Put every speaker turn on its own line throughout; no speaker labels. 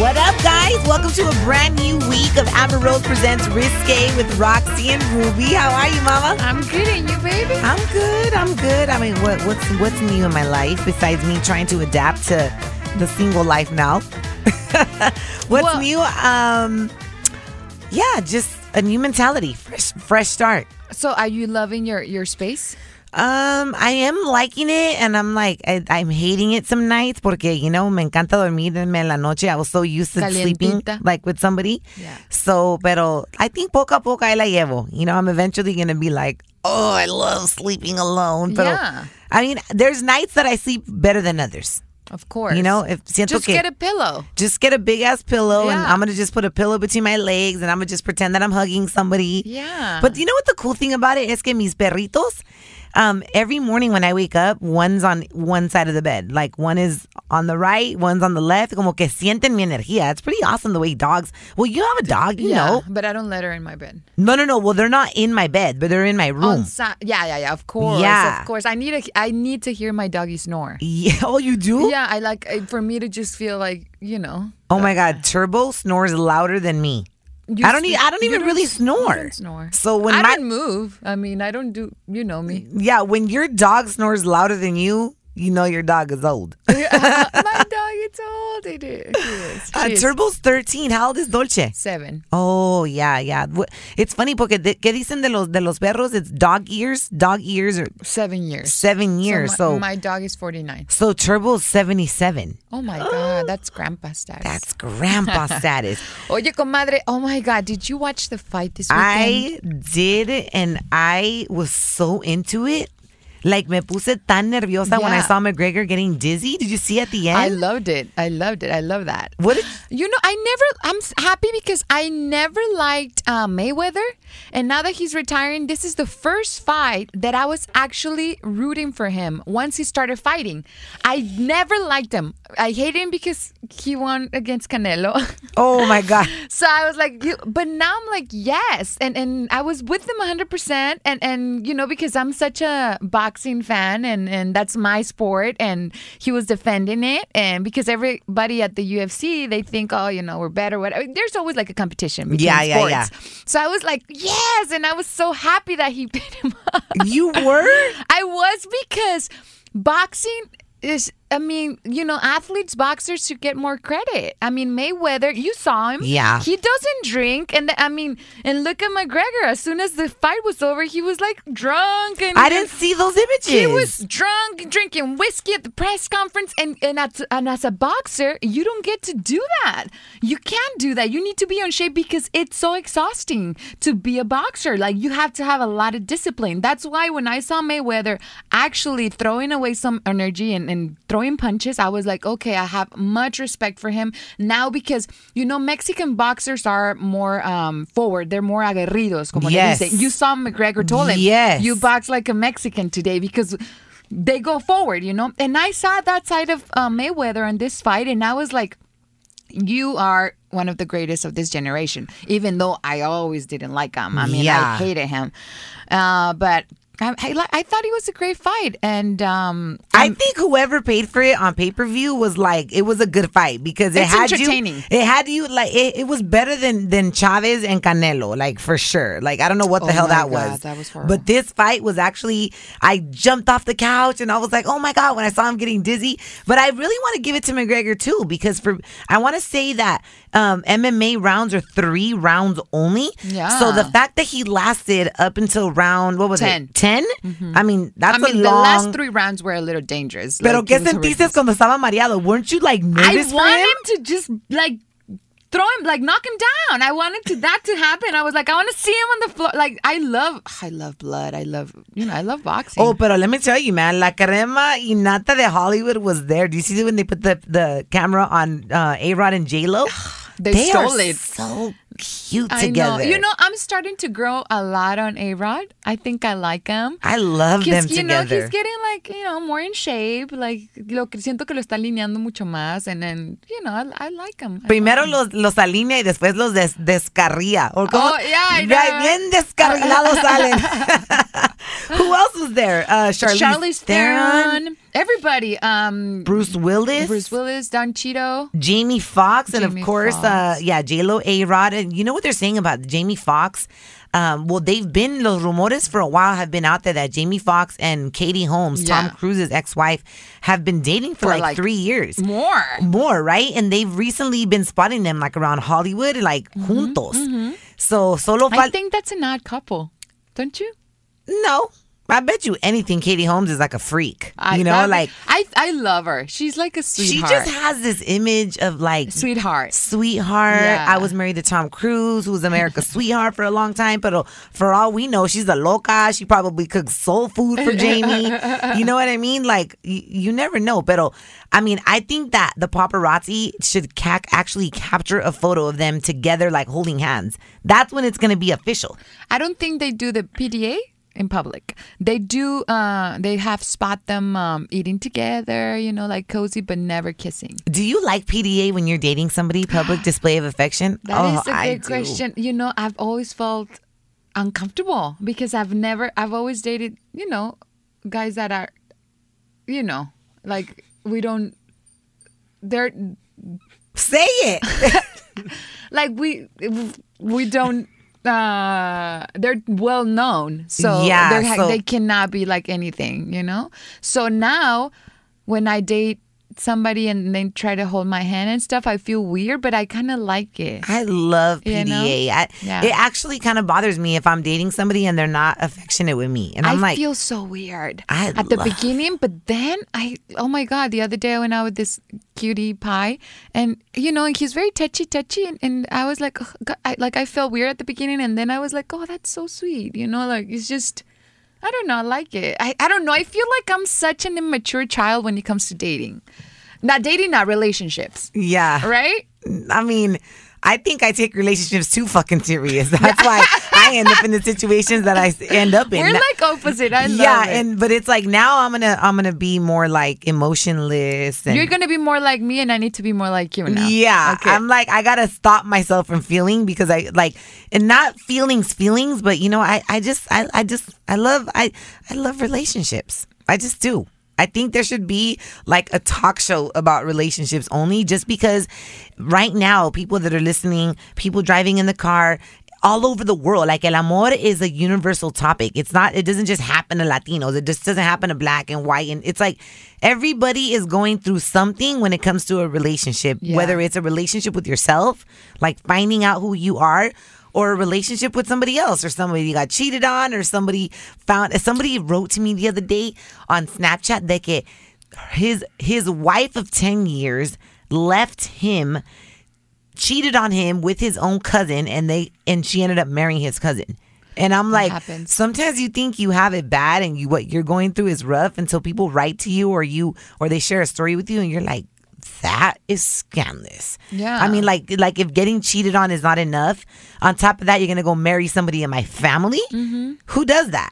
What up, guys? Welcome to a brand new week of Amber Rose Presents Risque with Roxy and Ruby. How are you, Mama?
I'm good, and you, baby?
I'm good. I'm good. I mean, what, what's what's new in my life besides me trying to adapt to the single life now? what's
Well-
new? Um, yeah, just a new mentality, fresh fresh start.
So, are you loving your your space?
Um, I am liking it, and I'm like, I, I'm hating it some nights porque you know me encanta dormirme en la noche. I was so used to sleeping
Calientita.
like with somebody.
Yeah.
So, pero I think poco a poco I la llevo. You know, I'm eventually gonna be like, oh, I love sleeping alone. Pero,
Yeah.
I mean, there's nights that I sleep better than others.
Of course.
You know, if siento
just
que-
get a pillow.
Just get a big ass pillow, and
Yeah.
I'm gonna just put a pillow between my legs, and I'm gonna just pretend that I'm hugging somebody.
Yeah.
But you know what the cool thing about it is que mis perritos, um, every morning when I wake up, one's on one side of the bed. Like one is on the right, one's on the left. Como que sienten mi energía. It's pretty awesome the way dogs. Well, you have a dog, you
yeah,
know.
but I don't let her in my bed.
No, no, no. Well, they're not in my bed, but they're in my room.
On sa- yeah, yeah, yeah. Of course,
Oh. Yeah.
of course. I need a, I need to hear my doggy snore.
yeah. Oh, you do?
Yeah, I like uh, for me to just feel like you know.
Oh my God, Turbo snores louder than me.
you
I don't.
sn-
e- I don't
you
even really
s- you
snore.
don't snore.
So when
I
my
don't move. I mean, I don't do. You know me.
yeah, when your dog snores louder than you, you know your dog is old.
my dog is old. It is. She is.
Uh,
She is
Turbo's thirteen. How old is Dolce?
seven.
Oh yeah, yeah. Wh- It's funny porque de, que dicen de los de los perros? It's dog ears. Dog ears are
Seven years.
seven years.
my,
So so,
my dog is forty nine.
Turbo's seventy seven.
Oh my god, that's grandpa status.
That's grandpa status.
Oye, comadre. Oh my god, did you watch the fight this weekend?
I did it and I was so into it. Like me puse tan nerviosa when I
Yeah.
saw McGregor getting dizzy. Did you see at the end?
I loved it. I loved it. I love that.
what did-
You know, I never. I'm s- happy because I never liked uh, Mayweather, and now that he's retiring, this is the first fight that I was actually rooting for him. Once he started fighting, I never liked him. I hate him because he won against Canelo.
oh my god.
so I was like, you, but now I'm like, yes, and and I was with him 100, percent and and you know because I'm such a boxing fan, and and that's my sport, and he was defending it, and because everybody at the UFC they think, oh, you know, we're better, whatever. There's always like a competition between
Yeah, yeah,
sports.
yeah.
So I was like, yes, and I was so happy that he beat him up.
You were?
I was because boxing is. I mean, you know, athletes, boxers should get more credit. I mean, Mayweather, you saw him.
Yeah.
He doesn't drink. And I mean, and look at McGregor. As soon as the fight was over, he was like drunk. And
I didn't see those images.
He was drunk, drinking whiskey at the press conference, and and as, and as a boxer, you don't get to do that. You can't do that. You need to be on shape because it's so exhausting to be a boxer. Like you have to have a lot of discipline. That's why when I saw Mayweather actually throwing away some energy and, and throwing punches, I was like, okay, I have much respect for him now because you know Mexican boxers are more um, forward. They're more aguerridos, como
Yes.
le dicen. You saw McGregor told him,
Yes.
you box like a Mexican today because they go forward, you know. And I saw that side of uh, Mayweather in this fight, and I was like, you are one of the greatest of this generation, even though I always didn't like him. I mean,
Yeah.
I hated him. Uh, but I, I, li- I thought it was a great fight. And um,
I think whoever paid for it on pay per view was like it was a good fight because it
It's
had
entertaining.
you. It had you like it, it was better than than Chavez and Canelo, like for sure. Like I don't know what the
Oh
hell
my
that
God,
was.
that was horrible.
but this fight was actually I jumped off the couch and I was like, oh my god, when I saw him getting dizzy. But I really want to give it to McGregor too because for I want to say that um, MMA rounds are three rounds only.
Yeah.
So the fact that he lasted up until round what was
Ten. Mm-hmm.
it 10 I mean that's
I mean,
a long.
the last three rounds were a little dangerous.
Pero
Like,
qué
it was
sentiste cuando estaba mareado? Weren't you like
I
nervous for
want
him?
him to just like throw him, like knock him down. I wanted to that to happen. I was like, I want to see him on the floor. Like I love, I love blood. I love, you know, I love boxing.
Oh, pero let me tell you, man, la crema y nata de Hollywood was there. Do you see when they put the, the camera on uh, A Rod and J Lo?
They
are
stole it.
so cute
I
together.
know. You know, I'm starting to grow a lot on A Rod. I think I like him.
I love them
Because, you know,
together.
he's getting like, you know, more in shape. Like, lo que siento que lo está alineando mucho más. And then, you know, I, I like him. I
Primero los, los alinea y después los des, descarría. Or como-
Oh, yeah, I
Right,
know.
bien descarrilados salen. Who else was there? Uh, Charlize,
Charlize
Theron,
Theron. Everybody. Um,
Bruce Willis.
Bruce Willis, Don Cheeto.
Jamie Foxx and
Jamie
of course, uh,
Foxx.
yeah, J Lo, A Rod, and you know what they're saying about Jamie Foxx. Um, well, they've been los rumores for a while have been out there that Jamie Foxx and Katie Holmes,
Yeah.
Tom Cruise's ex-wife, have been dating for,
For,
like,
like,
three years.
More.
More right, and they've recently been spotting them like around Hollywood, like juntos. So solo
Mm-hmm, I
fal-
think that's an odd couple, don't you?
no, I bet you anything. Katie Holmes is like a freak,
I,
you know,
that-
like
I, I love her. She's like a
she
sweetheart.
just has this image of like
sweetheart.
sweetheart.
Yeah.
I was married to Tom Cruise, who was America's sweetheart for a long time. But uh, for all we know, she's a loca. She probably cooks soul food for Jamie. you know what I mean? Like you, you never know. But I mean, I think that the paparazzi should ca- actually capture a photo of them together, like holding hands. That's when it's going to be official.
I don't think they do the PDA in public. They do. Uh, they have spot them um, eating together. You know, like cozy, but never kissing.
Do you like PDA when you're dating somebody? Public display of affection.
That is a
Oh, I
good
do.
question. You know, I've always felt uncomfortable because I've never. I've always dated. You know, guys that are. You know, like we don't. They're
Say it.
like we we don't uh they're well known so
Yeah,
they're ha-
so-
they cannot be like anything you know so now when i date somebody and they try to hold my hand and stuff i feel weird but i kind of like it
I love PDA.
You know?
I,
Yeah.
It actually kind of bothers me if I'm dating somebody and they're not affectionate with me. And
i
I'm like,
feel so weird
I
at the
love-
beginning but then i oh my god the other day i went out with this cutie pie and you know and he's very touchy touchy and, and i was like ugh, God, I, like i felt weird at the beginning and then i was like oh that's so sweet you know like it's just i don't know i like it i, I don't know i feel like i'm such an immature child when it comes to dating not dating not relationships
yeah.
right
I mean, I think I take relationships too fucking serious. That's why I end up in the situations that I s- end up in.
we're like opposite i love
yeah,
it.
and but it's like now I'm gonna I'm gonna be more like emotionless and
you're gonna be more like me and i need to be more like you now
Yeah,
okay
I'm like I gotta stop myself from feeling because I like and not feelings, feelings, but you know I I just I I just I love I I love relationships. I just do. I think there should be like a talk show about relationships only, just because right now people that are listening, people driving in the car. All over the world, like el amor is a universal topic. It's not. It doesn't just happen to Latinos. It just doesn't happen to black and white. And it's like everybody is going through something when it comes to a relationship,
Yeah.
whether it's a relationship with yourself, like finding out who you are, or a relationship with somebody else, or somebody you got cheated on, or somebody found. Somebody wrote to me the other day on Snapchat that que his his wife of ten years left him, cheated on him with his own cousin, and they and she ended up marrying his cousin. And I'm like,
happens.
sometimes you think you have it bad and you what you're going through is rough until people write to you or you or they share a story with you and you're like that is scandalous.
Yeah.
I mean like like if getting cheated
Mm-hmm.
on is not enough, on top of that you're going to go marry somebody in my family? Who does that?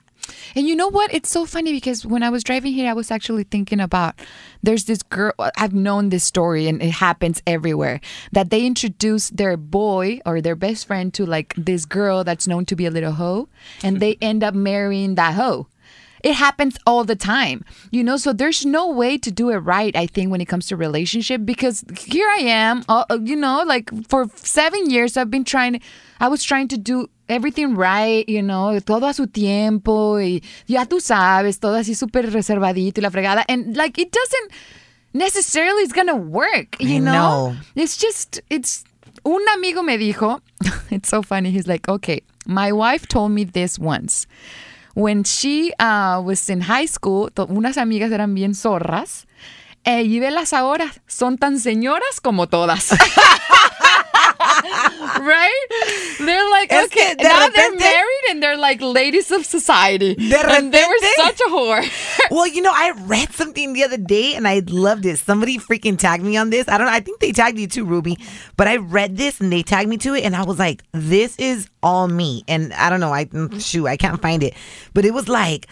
And you know what? It's so funny because when I was driving here, I was actually thinking about there's this girl, I've known this story and it happens everywhere that they introduce their boy or their best friend to like this girl that's known to be a little hoe and they end up marrying that hoe. It happens all the time, you know. So there's no way to do it right. I think when it comes to relationship, because here I am, uh, uh, you know, like for seven years I've been trying. I was trying to do everything right, you know, todo a su tiempo y ya tú sabes, todo así súper reservadito y la fregada. And like it doesn't necessarily is gonna work, you
I know.
It's just it's un amigo me dijo, it's so funny. He's like, okay, my wife told me this once. When she uh, was in high school, to- unas amigas eran bien zorras. Eh, y velas ahora, son tan señoras como todas. right? They're like,
Es que
okay,
de
now they're
repente-
married and they're like ladies of society. and they were
repente-
such a whore.
Well, you know, I read something the other day and I loved it. Somebody freaking tagged me on this. I don't know. I think they tagged you too, Ruby. But I read this and they tagged me to it and I was like, this is all me. And I don't know. I mm, shoot, I can't find it. But it was like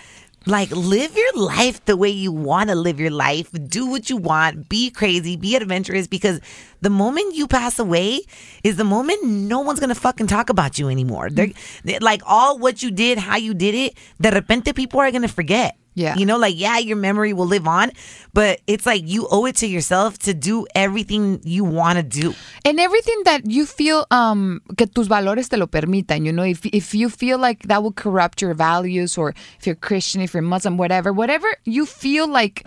like live your life the way you want to live your life. Do what you want. Be crazy. Be adventurous because the moment you pass away is the moment no one's going to fucking talk about you anymore. They're, they like all what you did, how you did it, de repente people are going to forget.
Yeah.
You know, like, yeah, your memory will live on, but it's like you owe it to yourself to do everything you want to do.
and everything that you feel um que tus valores te lo permitan you know if if you feel like that will corrupt your values or if you're christian if you're muslim whatever whatever you feel like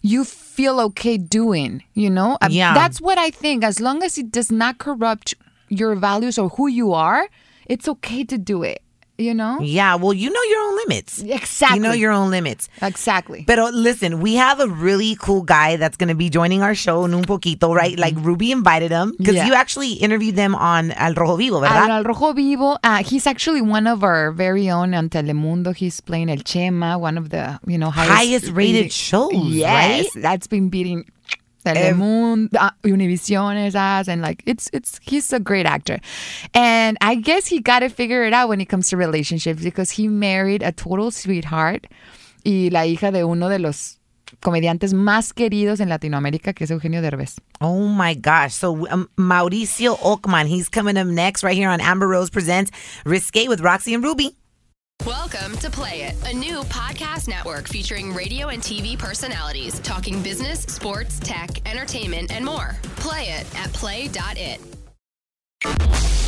you feel okay doing you know Um,
Yeah.
that's what i think as long as it does not corrupt your values or who you are it's okay to do it you know
Yeah. Well, you know your own limits.
Exactly.
You know your own limits.
exactly
But uh, listen, we have a really cool guy that's going to be joining our show in un poquito, right? Like Ruby invited him because
Mm-hmm. Yeah.
you actually interviewed them on Al Rojo Vivo, ¿verdad?
Al Rojo Vivo, uh, he's actually one of our very own on Telemundo. He's playing El Chema, one of the you know highest,
Highest rated shows,
Yes, that's been beating Telemundo, uh, Univision's ass, and like it's it's he's a great actor, and I guess he got to figure it out when it comes to relationships because he married a total sweetheart y la hija de uno de los comediantes más queridos en Latinoamérica, que es Eugenio Derbez.
Oh my gosh. So um, Mauricio Ockman, he's coming up next right here on Amber Rose Presents Risque with Roxy and Ruby.
Welcome to Play It, a new podcast network featuring radio and TV personalities talking business, sports, tech, entertainment, and more. Play it at play.it.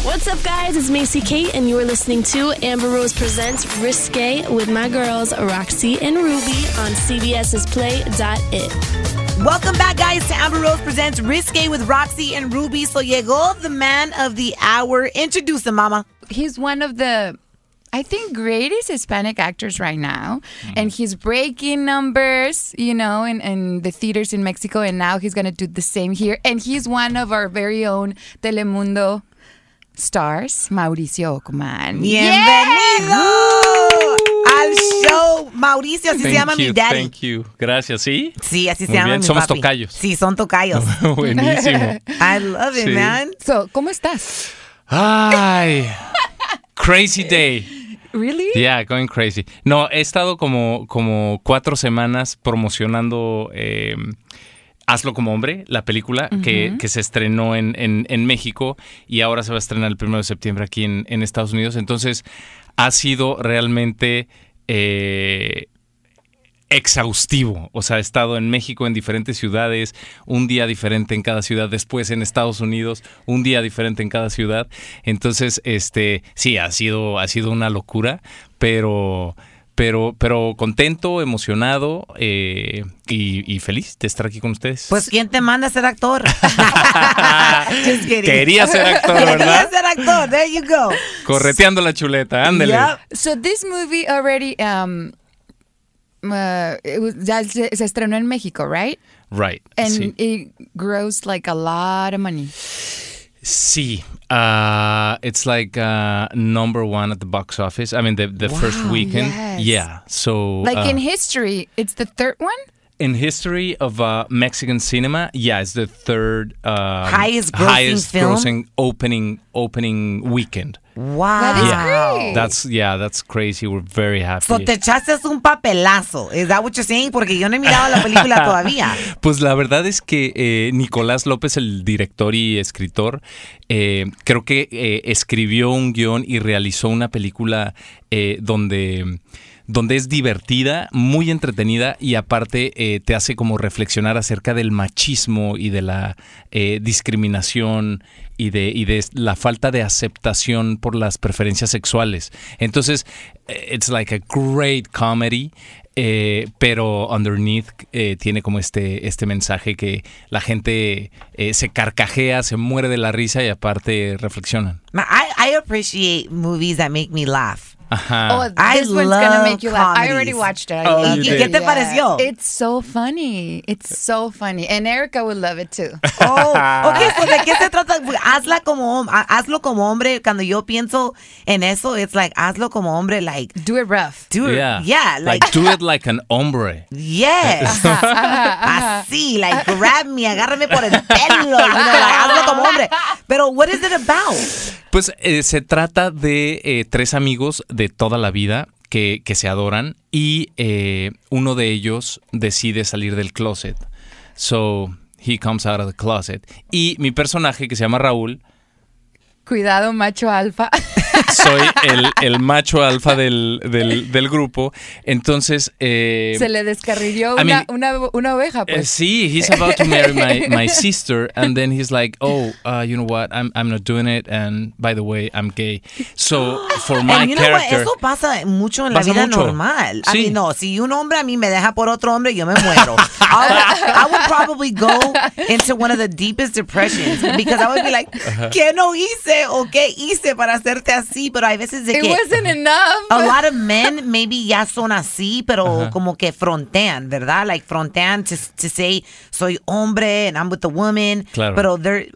What's up, guys? It's Macy Kate, and you're listening to Amber Rose Presents Risque with my girls, Roxy and Ruby, on CBS's Play.it.
Welcome back, guys, to Amber Rose Presents Risque with Roxy and Ruby. So llegó the man of the hour. Introduce him, mama.
he's one of the I think greatest Hispanic actors right now,
Mm-hmm.
and he's breaking numbers, you know, in, in the theaters in Mexico, and now he's gonna do the same here. And he's one of our very own Telemundo stars, Mauricio Ockman.
Bienvenido al show. Mauricio, así se
Thank
llama
you,
mi daddy.
Thank you. Gracias. ¿Sí?
Sí, así se
Muy
llama
bien,
mi
somos
papi.
tocayos.
Sí, son tocayos.
Buenísimo.
I love it,
Sí.
man.
So, ¿cómo estás?
Ay. Crazy day.
Really?
Yeah, going crazy. No, he estado como, como cuatro semanas promocionando eh, Hazlo como hombre, la película que, que se estrenó en, en- en México y ahora se va a estrenar el 1 de septiembre aquí en, en Estados Unidos. Entonces, ha sido realmente... eh, exhaustivo. O sea, he estado en México en diferentes ciudades, un día diferente en cada ciudad, después en Estados Unidos, un día diferente en cada ciudad. Entonces, este, sí, ha sido, ha sido una locura, pero. Pero, pero contento, emocionado eh, y, y feliz de estar aquí con ustedes.
Pues, ¿quién te manda a ser actor? Just kidding.
Quería ser actor,
Quería
¿verdad?
ser actor. There you go.
Correteando la chuleta, ándele.
Yup.
So this movie already um uh, it was, ya se, se estrenó en México, right?
Right.
And
sí.
it grossed like a lot of money.
See, uh, it's like uh, number one at the box office. I mean, the, the first weekend.
yes.
Yeah. So,
Like
uh,
in history, it's the third one.
in history of uh, Mexican cinema, yeah, it's the third um,
Highest grossing
highest
film?
grossing opening opening weekend.
Wow.
That is
yeah,
great.
that's yeah, that's crazy. We're very happy.
So te echaste un papelazo. Is that what you're saying? Porque yo no he mirado la película todavía.
Pues la verdad es que eh, Nicolás López, el director y escritor, eh, creo que eh, escribió un guión y realizó una película eh, donde, donde es divertida, muy entretenida y aparte eh, te hace como reflexionar acerca del machismo y de la eh, discriminación y de, y de la falta de aceptación por las preferencias sexuales. Entonces, eh, it's like a great comedy. Eh, pero underneath eh, tiene como este, este mensaje que la gente eh, se carcajea, se muere de la risa y aparte reflexionan.
Ma- I, I appreciate movies that make me laugh.
Ajá.
Oh, this
I
one's gonna
love
make you laugh. I
comedies.
already watched it. I
Uh. Oh,
loved
you
it.
did?
¿Qué te pareció?
It's so funny. It's so funny. And Erica would love it too.
Oh, ok, so ¿de qué se trata? Hazla como, hom- ha- hazlo como hombre. Cuando yo pienso en eso, it's like, hazlo como hombre, like,
Do it rough.
dude, Mm, yeah, like,
do it like an hombre.
yes. Así, like, grab me, agárrame por el pelo, you know, like, hazlo como hombre. Pero, what is it about?
Pues eh, se trata de eh, tres amigos de toda la vida que, que se adoran y eh, uno de ellos decide salir del closet. So he comes out of the closet. Y mi personaje que se llama Raúl,
Cuidado, macho alfa.
soy el, el macho alfa del, del- del grupo. Entonces. eh,
Se le descarrilló
I
una,
mean-
una, una oveja,
eh,
pues.
sí, he's about to marry my, my sister, and then he's like, "Oh, uh, you know what? I'm I'm not doing it, and by the way, I'm gay." So for my
And you know what?
character,
Eso pasa mucho en la
Pasa
vida
mucho.
normal. I
Sí.
mean, no, si un hombre a mí me deja por otro hombre, yo me muero. I, would, I would probably go into one of the deepest depressions because I would be like, ¿qué no hice o qué hice para hacerte así? Pero hay veces de
It
que
wasn't enough.
a lot of men maybe ya son así, pero como que frontean, ¿verdad? Like frontean to, to say soy hombre and I'm with the woman.
Claro.
Pero they're-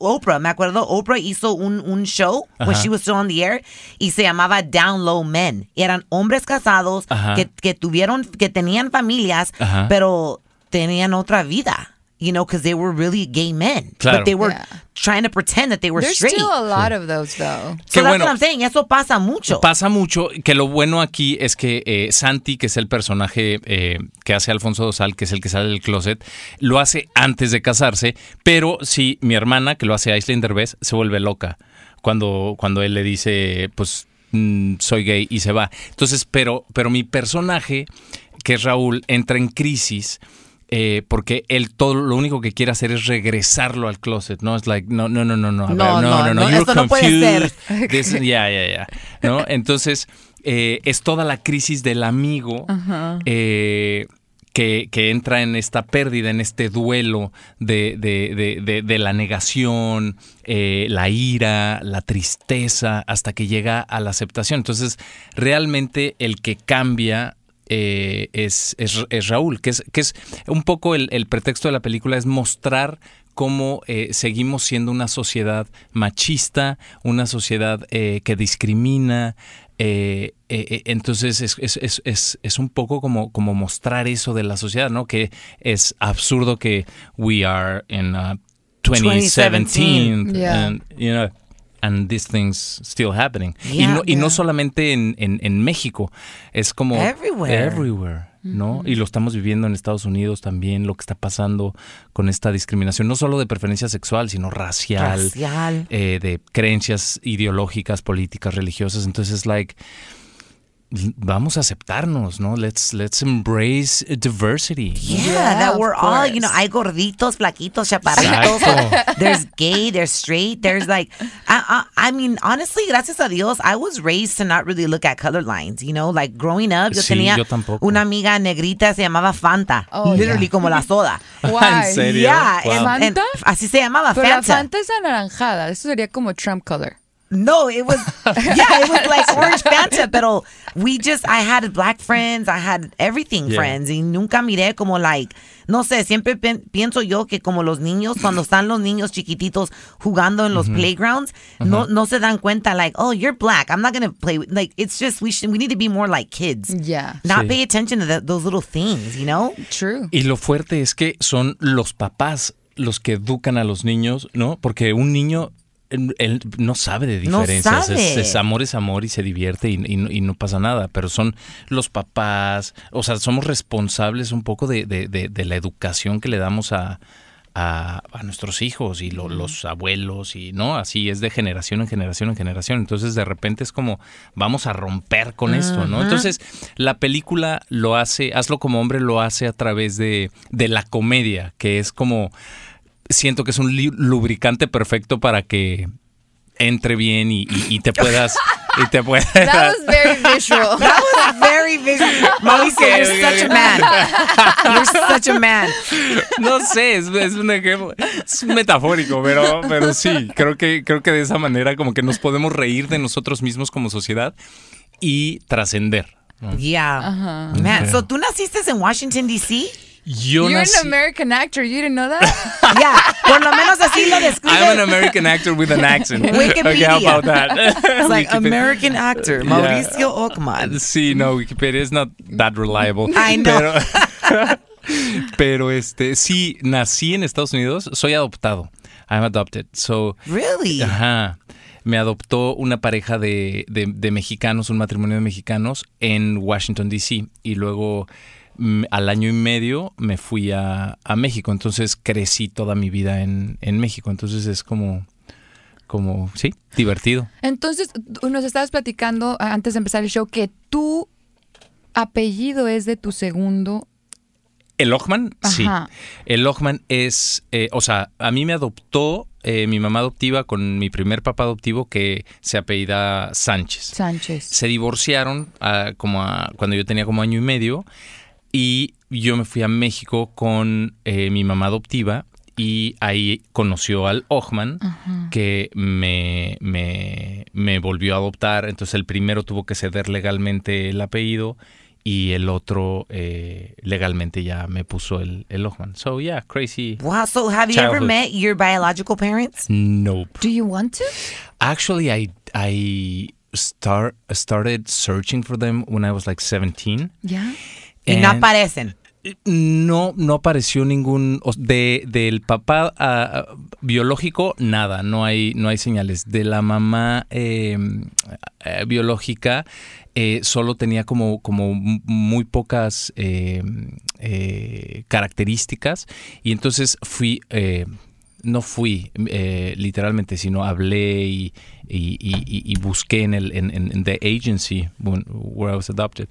Oprah, me acuerdo, Oprah hizo un, un show when she was still on the air y se llamaba Down Low Men. Y eran hombres casados
Ajá.
que, que tuvieron, que tenían familias,
Ajá.
pero tenían otra vida. You know, because they were really gay men.
Claro.
But they were
Yeah.
trying to pretend that they were
There's
straight.
still a lot of those, though.
so
Qué
that's
bueno.
what I'm saying. Eso pasa mucho.
Pasa mucho, que lo bueno aquí es que eh, Santi, que es el personaje eh, que hace Alfonso Dosal, que es el que sale del closet, lo hace antes de casarse, pero si mi hermana, que lo hace Aislinn Derbez, se vuelve loca cuando, cuando él le dice, pues mm, soy gay y se va. Entonces, pero, pero mi personaje, que es Raúl, entra en crisis. eh, porque él todo lo único que quiere hacer es regresarlo al closet, ¿no? Es like, no, no, no, no, no, a ver,
No,
no,
no,
no, no,
no,
you're
esto no puede ser.
confused. This- ya, ya, ya. ¿No? Entonces, eh, es toda la crisis del amigo eh, que, que entra en esta pérdida, en este duelo de, de- de- de- de la negación, eh, la ira, la tristeza, hasta que llega a la aceptación. Entonces, realmente el que cambia. eh, es, es- es Raúl, que es, que es un poco el, el pretexto de la película, es mostrar cómo eh, seguimos siendo una sociedad machista, una sociedad eh, que discrimina. eh, eh, eh, entonces es, es- es- es- es un poco como, como mostrar eso de la sociedad, ¿no? Que es absurdo que we are in uh, 2017
Yeah.
and, you know, and these things still happening. y,
Yeah,
no, y
yeah.
no solamente en, en- en México, es como
Everywhere.
everywhere, ¿no? Y lo estamos viviendo en Estados Unidos también, lo que está pasando con esta discriminación, no solo de preferencia sexual, sino racial,
Racial.
eh, de creencias ideológicas, políticas, religiosas. Entonces, like, l- vamos a aceptarnos, ¿no? Let's, let's embrace diversity.
Yeah,
Yeah,
that
of
we're all, you know,
course.
hay gorditos, flaquitos, chaparritos.
Exacto.
there's gay, there's straight, there's like, I, I, I mean, honestly, gracias a Dios, I was raised to not really look at color lines, you know, like growing up, yo
Sí,
tenía
yo tampoco.
una amiga negrita, se llamaba Fanta,
Oh,
literally
yeah.
como la soda.
Why?
serio?
Yeah,
Wow.
and- and
¿Fanta?
así se llamaba,
Pero la
Fanta.
Fanta es anaranjada. Eso sería como Trump color.
No, it was yeah, it was like orange Fanta, pero we just I had black friends, I had everything
Yeah.
friends, y nunca miré como like no sé, siempre pen- pienso yo que como los niños cuando están los niños chiquititos jugando en los playgrounds, no no se dan cuenta like oh you're black, I'm not gonna play with like it's just we should we need to be more like kids,
Yeah.
not
Sí.
pay attention to the- those little things, you know.
True.
Y lo fuerte es que son los papás los que educan a los niños, ¿no? Porque un niño él, él no sabe de diferencias.
sabe.
Es, es amor es amor y se divierte y, y no- y no pasa nada. Pero son los papás, o sea, somos responsables un poco de, de- de- de la educación que le damos a, a- a nuestros hijos y lo- los abuelos y no, así es de generación en generación en generación. Entonces de repente es como vamos a romper con esto, ¿no? Entonces la película lo hace, hazlo como hombre lo hace a través de, de la comedia, que es como siento que es un li- lubricante perfecto para que entre bien y, y- y te puedas y te puedas
That was very visual.
That was very visual. Mauricio,
Okay,
you're
okay.
such a man. You're such a man.
no sé es, es un ejemplo es metafórico pero pero sí creo que creo que de esa manera como que nos podemos reír de nosotros mismos como sociedad y trascender ¿no?
Yeah. Man, so tú naciste en Washington, D.C.?
yo
You're
nací-
an American actor. You didn't know that?
Yeah. Por lo menos así lo
I'm an
describe.
American actor with an accent okay
Wikipedia.
how about that
It's like
Wikipedia.
American actor,
Yeah.
Mauricio Ockman.
Sí, no, Wikipedia es not that reliable.
I know.
Pero, pero, este, sí, nací en Estados Unidos, soy adoptado. I'm adopted. So,
Really?
ajá. Me adoptó una pareja de, de- de mexicanos, un matrimonio de mexicanos en Washington, D.C. Y luego mm, al año y medio me fui a, a México. Entonces crecí toda mi vida en, en México. Entonces es como, como, sí, divertido.
Entonces, tú nos estabas platicando ah, antes de empezar el show que tu apellido es de tu segundo.
¿El Ochman? Sí.
Ajá.
El Ochman es, eh, o sea, a mí me adoptó eh, mi mamá adoptiva con mi primer papá adoptivo que se apellida Sánchez.
Sánchez.
Se divorciaron ah, como a- cuando yo tenía como año y medio y yo me fui a México con eh, mi mamá adoptiva y ahí conoció al Ochman que me, me, me volvió a adoptar. Entonces el primero tuvo que ceder legalmente el apellido y el otro eh, legalmente ya me puso el, el Ochman. So yeah, crazy.
Wow. So have you ever
Childhood.
met your biological parents?
Nope.
Do you want to?
Actually, I I start started searching for them when I was like 17.
Yeah.
Y no
And-
aparecen.
no no apareció ningún o- de del papá ah, ah, biológico nada, no hay no hay señales de la mamá eh, eh, biológica. eh, solo tenía como, como m- muy pocas eh, eh, características y entonces fui eh, no fui eh, literalmente, sino hablé y, y- y- y- y busqué en, el, en, en- en the agency when- where I was adopted.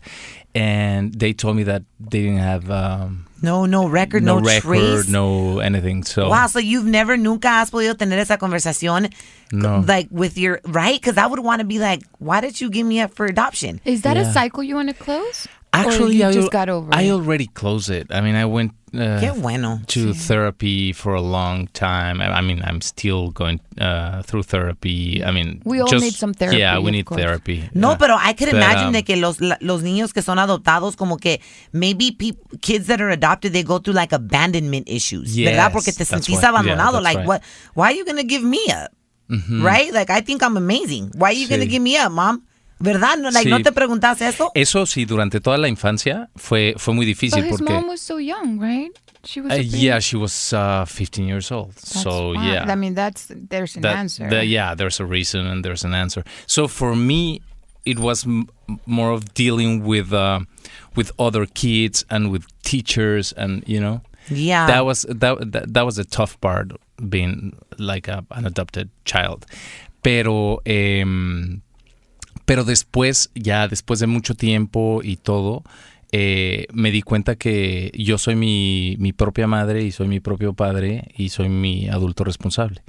And they told me that they didn't have um,
No, no record,
no,
no,
record,
trace.
no anything. So,
Wow, so you've never, nunca has podido tener esa conversación,
No.
like with your right? Because I would want to be like, why did you give me up for adoption?
Is that a
Yeah.
cycle you want to close? or
actually,
you
I,
just
al-
got over
I
it?
already closed it. I mean, I went uh,
Qué bueno.
to therapy for a long time. I, I mean, I'm still going uh, through therapy. I mean,
We all
just-
need some therapy,
Yeah, we
of
need
course.
therapy.
No,
Yeah.
pero I could
But,
imagine
um,
de que los, la- los niños que son adoptados, como que maybe peop- kids that are adopted, they go through like abandonment issues. ¿Verdad?
Yes,
Porque te
that's
sentís
right. Yeah,
abandonado.
that's
like,
right.
what?
Mm-hmm.
why are you going to give me up? Right? Like, I think I'm amazing. Why are you going to
Sí.
give me up, mom? ¿Verdad? No, like, ¿no
Sí.
te preguntas eso?
Eso sí, durante toda la infancia fue, fue muy difícil
But his
porque...
mom was so young, right? She was.
Uh,
a baby.
yeah, she was uh, 15 years old.
That's
so
why.
yeah,
I mean, that's there's an
that-
answer.
that- yeah, there's a reason and there's an answer. So for me, it was m- more of dealing with uh, with other kids and with teachers, and you know,
Yeah.
that
Um,
was that, that that was the tough part being like a, an adopted child. Pero em, Pero después, ya después de mucho tiempo y todo, eh, me di cuenta que yo soy mi, mi propia madre y soy mi propio padre y soy mi adulto responsable.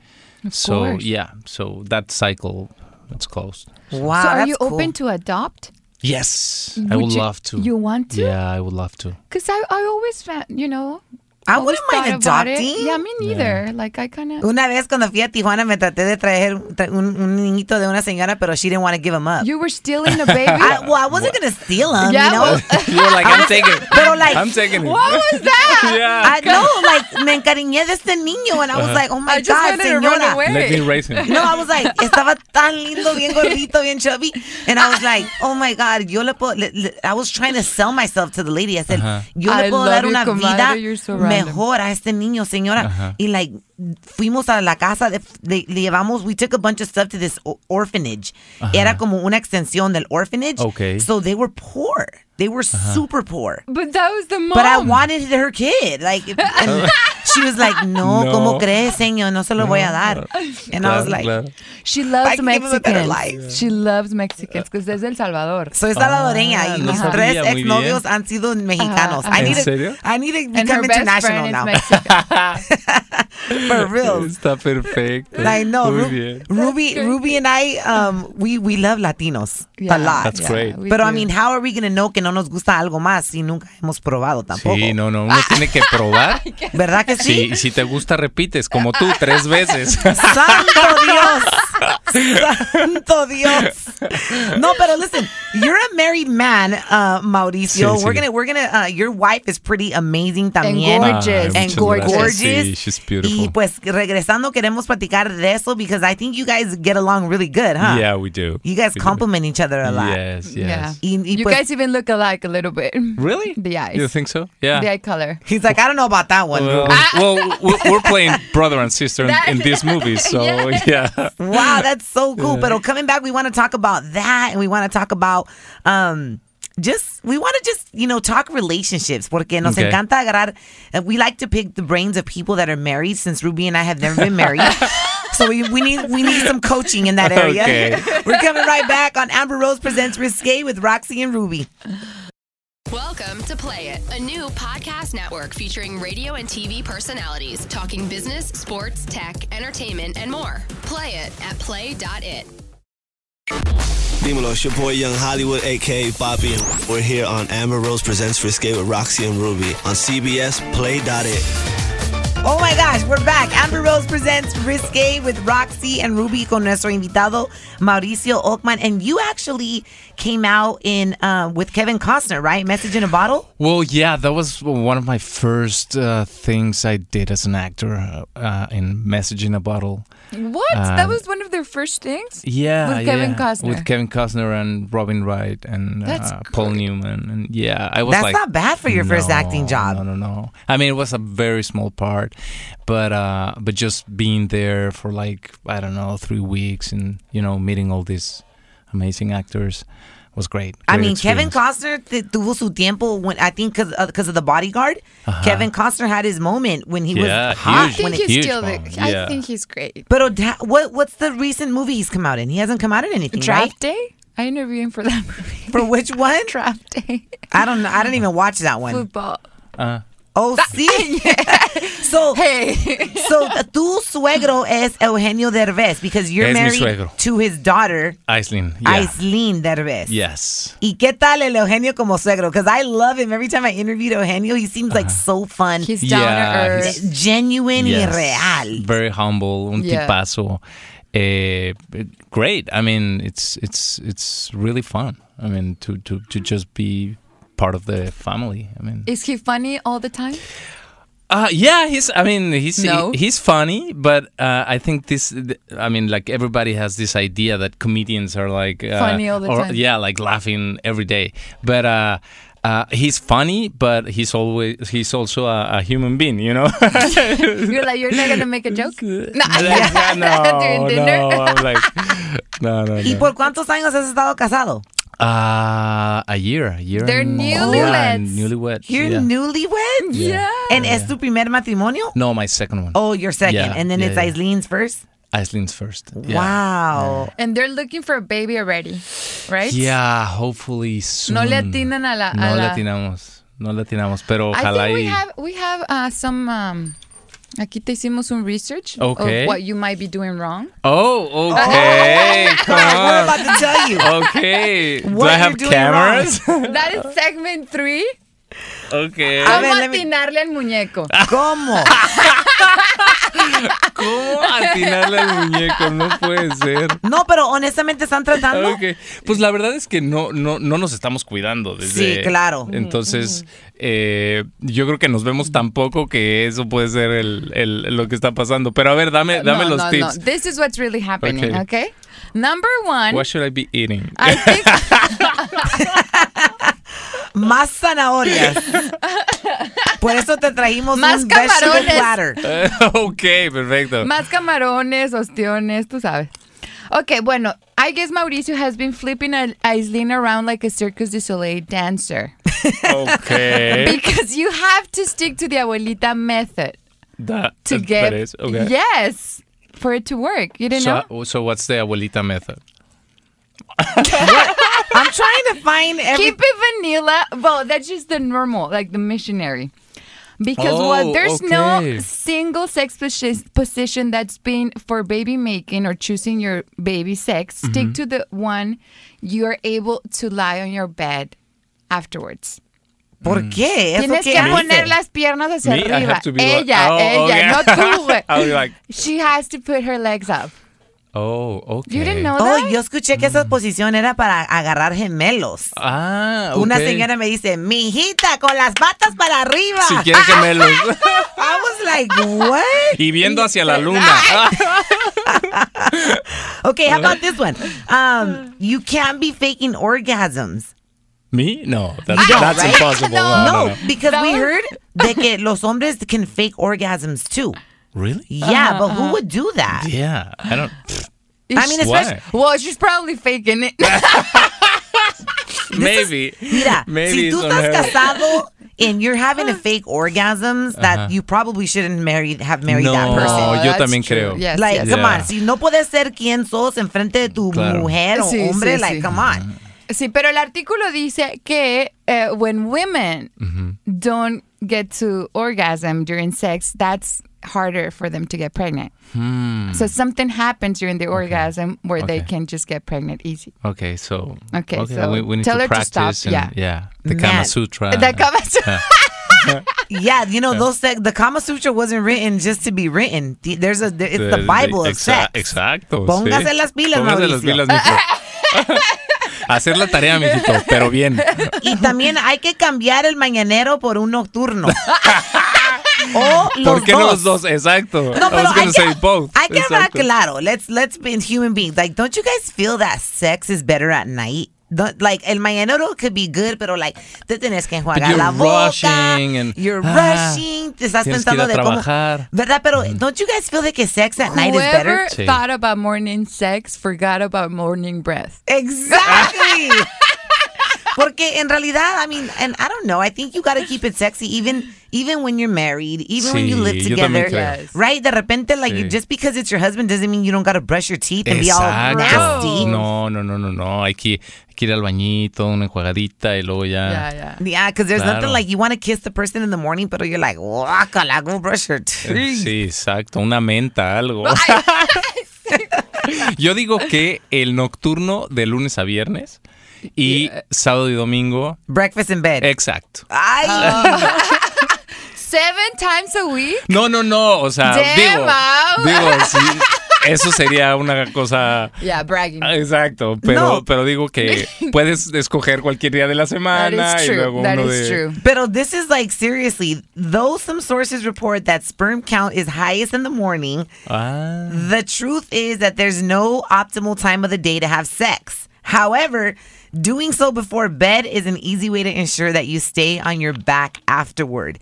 so,
course.
yeah, so that cycle, it's closed.
wow,
so, are
that's
you open to
cool.
adopt?
Yes, Ah, I
Would
would
you-
love to.
you want to?
Yeah, I would love to.
Because I, I always, fa- you know,
I
always
wouldn't mind
thought about it.
adopting.
Yeah, me neither. Like I kind of.
Una vez cuando fui a Tijuana me traté de traer tra- un, un niñito de una señora, pero she didn't want to give him up.
You were stealing a baby.
I, well, I wasn't going to steal him,
Yeah,
you know?
well-
You're like, I'm taking it.
Pero, like,
I'm taking it.
what was that?
Yeah. Uh-huh.
I know, like, me encariñé de este niño, and I was like, oh my
I just
God,
wanted to run
señora.
away.
Let me raise him.
No, I was like, estaba tan lindo, bien gordito, bien chubby. And I was like, oh my God, yo le puedo. le- le- I was trying to sell myself to the
Uh-huh.
lady. I said, yo le
I
puedo
love
dar
you,
una
comadre,
vida
you're so random.
Uh-huh.
mejor a este niño, señora. Y like, fuimos a la casa, de- le, le llevamos, we took a bunch of stuff to this o- orphanage. Era como una extensión del orphanage.
Uh-huh. Okay. Uh-huh.
So they were poor. They were super poor.
But that was the mom.
But I wanted her kid. Like, if- and she was like, no,
No.
¿cómo crees, señor? No se lo voy a dar. And I was
Claro,
like,
claro.
She
I
loves
can give him a better
Mexicans. She loves Mexicans because es de El Salvador.
soy salvadoreña
Ah,
y
no
mis
sabía,
tres
muy
exnovios han sido mexicanos.
Ajá,
I
¿En
need to-
serio?
I need to
And her
become
best
international
friend is
now.
Mexican.
For real.
Está perfecto.
I know.
Muy
Ru-
bien.
Ruby, Ruby, and I, um, we we love Latinos a
Yeah,
lot.
That's great.
we
Pero I
do.
mean, how are we gonna know que no nos gusta algo más si nunca hemos probado tampoco?
Oh.
Sí, no, no,
Ah.
uno tiene que probar.
¿Verdad que
Sí,
sí?
y si te gusta, repites, como tú, tres veces.
Santo Dios. Santo Dios. No, but listen, you're a married man, uh, Mauricio.
Sí, sí.
We're gonna we're gonna uh, your wife is pretty amazing
And
también.
gorgeous.
and
Ay, Ah, muchas
gorgeous.
gracias. Sí, she's
Y
beautiful.
pues regresando queremos platicar de eso because I think you guys get along really good, huh?
Yeah, we do.
ah, You guys
We do.
compliment each other a lot.
Yes, yes.
Yeah.
Y- y
you
pues-
guys even look alike a little bit.
Really?
The eyes.
You think so? Yeah.
The eye color.
He's like, I don't know about that one.
Well, well, we- we're playing brother and sister in, in these movies, so yeah.
wow, that's so cool. But oh, coming back, we want to talk about that, and we want to talk about um, just we want to just you know talk relationships. Porque nos
Okay.
encanta agarrar. and We like to pick the brains of people that are married, since Ruby and I have never been married. So we, we need we need some coaching in that area.
Okay.
We're coming right back on Amber Rose presents Risque with Roxy and Ruby.
Welcome to Play It, a new podcast network featuring radio and TV personalities talking business, sports, tech, entertainment, and more. Play it at play.it.
Dímelo, it's your boy Young Hollywood, aka Bobby, and we're here on Amber Rose Presents Risque with Roxy and Ruby on CBS Play. It.
Oh my gosh, we're back. Amber Rose presents Risque with Roxy and Ruby con nuestro invitado Mauricio Ockman. And you actually came out in uh, with Kevin Costner, right? Message in a Bottle?
Well, yeah, that was one of my first uh, things I did as an actor uh, in Message in a Bottle.
What? that
Um,
was one of their first things?
Yeah,
With Kevin
yeah,
Costner.
with Kevin Costner and Robin Wright and
That's
uh, Paul
great.
Newman, and yeah, I was
That's
like,
not bad for your first acting
"No,
job."
No, no, no. I mean, it was a very small part, but uh, but just being there for like I don't know three weeks and you know meeting all these amazing actors was great.
I
Great
mean, Kevin
experience.
Costner t- tuvo su tiempo when I think because of the bodyguard. Kevin Costner had his moment when he
Uh-huh. Yeah,
was hot.
I
huge.
When
think
it,
he-
he's
huge
still
bomb.
the, I
Yeah.
think he's great.
but oh, da- what what's the recent movie he's come out in? He hasn't come out in anything, right?
Draft Day? I interviewed him for that movie.
For which one?
Draft Day.
I don't know. I didn't even watch that one.
Football.
Oh, see. so
Hey.
So uh, tu suegro es Eugenio Derbez because you're
Es mi
married
suegro.
to his daughter
Iceland, yeah,
Aislinn Derbez.
yes.
¿Y qué tal el Eugenio como suegro? Because I love him. Every time I interviewed Eugenio, he seems like so fun, eh,
He's down
Yeah,
to
he's-
earth.
genuine
Yes.
y real.
Very humble, un
Yeah.
tipazo. Eh, it- great. I mean, it's it's it's really fun. I mean, to to to just be part of the family. I mean,
Is he funny all the time?
uh, yeah, he's. I mean, he's
No.
he- he's funny, but uh, I think this. th- I mean, like everybody has this idea that comedians are like uh,
Funny all the
or-
time.
Yeah, like laughing every day. But uh, uh, he's funny, but he's always he's also a, a human being. You know.
You're like, you're not going to make a joke? No.
Yeah, no,
During dinner.
no, I'm like, no, no,
¿Y
no.
por cuántos años has estado casado?
Uh, a year, a year.
They're
and- Yeah,
newlyweds.
newlyweds.
You're
yeah.
newlywed?
Yeah.
And es tu primer matrimonio?
No, my second one.
Oh, your second.
Yeah,
And then
yeah,
it's
yeah.
Aislinn's first?
Iceland's first. Yeah.
Wow.
And they're looking for a baby already, right?
Yeah, hopefully soon.
No le atinan a la- a
No
la-
latinamos. No latinamos, pero
I
ojalá
think we
y-
have we have uh, some. Um, aquí te hicimos un research
Okay.
of what you might be doing wrong.
Oh, okay.
We're
Come
about to tell you.
on. Okay. Do
What
I
you're
have
doing wrong.
cameras?
That is segment three.
okay.
A
¿Cómo
ver, let me-
atinarle al muñeco?
¿Cómo?
¿Cómo atinarle al muñeco? No puede ser.
No, pero honestamente están tratando.
Ok. Pues la verdad es que no, no, no nos estamos cuidando. Desde,
Sí, claro.
Entonces, eh, yo creo que nos vemos tan poco que eso puede ser el, el- lo que está pasando. Pero a ver, dame, dame
no,
los
no, no.
tips.
This is what's really happening.
Okay.
Okay. Number one.
What should I be eating?
I think
Más zanahorias. Por eso te trajimos
Más
un vegetable
camarones.
platter.
Eh, ok, perfecto.
Más camarones, ostiones, tú sabes. Okay, bueno, I guess Mauricio has been flipping a Aislinn around like a Circus du Soleil dancer.
Ok.
Because you have to stick to the abuelita method
Da-
to
eh,
get.
Perez, okay.
Yes, for it to work. You didn't know?
So, so what's the abuelita method?
I'm trying to find every.
keep it vanilla. Well, that's just the normal, like the missionary. Because
Oh,
what there's no
okay.
single sex posi- position that's been for baby making or choosing your baby sex.
Mm-hmm.
Stick to the one you're able to lie on your bed afterwards.
¿Por qué? ¿Eso
Tienes
qué
que
dice?
poner las piernas hacia
Me? I
arriba.
have to be like-
ella,
Oh,
ella,
okay.
no tú, güey.
I'll be like-
She has to put her legs up.
Oh, okay.
You didn't know
Oh,
that?
yo escuché que esa posición era para agarrar gemelos.
Mm. Ah, ok.
Una señora me dice, mijita, con las patas para arriba.
Si quiere que me los...
I was like, what?
y viendo hacia la luna.
Okay, how about this one? Um, you can't be faking orgasms.
Me? No, that's,
don't,
that's
right?
impossible. No, no,
No,
no.
because
That
we
one-
heard that que los hombres can fake orgasms too.
Really?
Yeah, but
Uh-huh.
who would do that?
Yeah, I don't. pfft,
I mean,
Why?
especially.
Well, she's probably faking it.
Maybe.
Mira,
Maybe
si tú
it's on
estás
her.
casado and you're having a
Ah.
fake orgasms, that you probably shouldn't marry have married that
No,
person.
Oh, yo
that's
también
true.
creo.
Yes,
Like,
yes.
come
Yeah.
on, si no puedes ser quien sos enfrente de tu
Claro.
mujer o
Sí, sí,
hombre, like,
sí.
come on.
Sí, pero el artículo dice que eh, when women
Mm-hmm.
don't get to orgasm during sex, that's harder for them to get pregnant. So something happens during the orgasm where they
Hmm. Okay.
can just get pregnant easy.
Okay, so
Okay, so
we, we need
tell
to
her to
practice.
stop,
And,
yeah.
the Kama
Man.
Sutra.
That comes
Yeah, you know, those sex, the Kama Sutra wasn't written just to be written. The- There's a, there- it's the Bible of
Exa-
sex.
Exacto.
Póngase
sí.
las pilas,
Póngase las
Mauricio.
pilas, mijo. Hacer la tarea, mijito, pero bien.
Y también hay que cambiar el mañanero por un nocturno. o los
¿Por qué no los dos? Exacto.
No,
I
pero
was
hay
gonna say
que,
both.
hay que hablar
Exacto.
claro. Let's let's be human beings. Like, don't you guys feel that sex is better at night? Don't- like el mañanero could be good, pero like te tienes que enjuagar
you're
la boca.
rushing and-
you're
ah,
rushing. Te estás
tienes que ir
pensando
a
de cómo.
trabajar.
¿Verdad? Pero don't you guys feel that que sex at night is
Whoever
better?
Sí.
thought about morning sex forgot about morning breath.
Exactly. Porque en realidad, I mean, and I don't know. I think you got to keep it sexy, even even when you're married, even when you
Sí,
live
yo también
together,
creo.
Yes.
right? De repente, like you-
Sí.
just because it's your husband doesn't mean you don't got to brush your teeth and be all
Exacto.
nasty.
No, no, no, no, no. Hay que, hay que ir al bañito, una enjuagadita y luego ya.
Yeah, yeah.
Yeah, because there's nothing
Claro.
like you want to kiss the person in the morning, but you're like, guacala, go brush your
Eh,
teeth.
Sí, exacto, una menta, algo. Yo digo que el nocturno de lunes a viernes y
eh,
sábado y domingo,
Breakfast in
Eh,
bed.
exacto.
Ay,
Seven times a week?
No, no, no, o sea,
Damn,
digo,
Mau.
digo, sí, eso sería una cosa...
Yeah, bragging.
Exacto, pero,
No.
pero digo que puedes escoger cualquier día de la
that
semana
is
y
true.
luego
That
uno
is
de...
true.
Pero this is like seriously, though some sources report that sperm count is highest in the morning,
Ah,
The truth is that there's no optimal time of the day to have sex. However, doing so before bed is an easy way to ensure that you stay on your back afterward.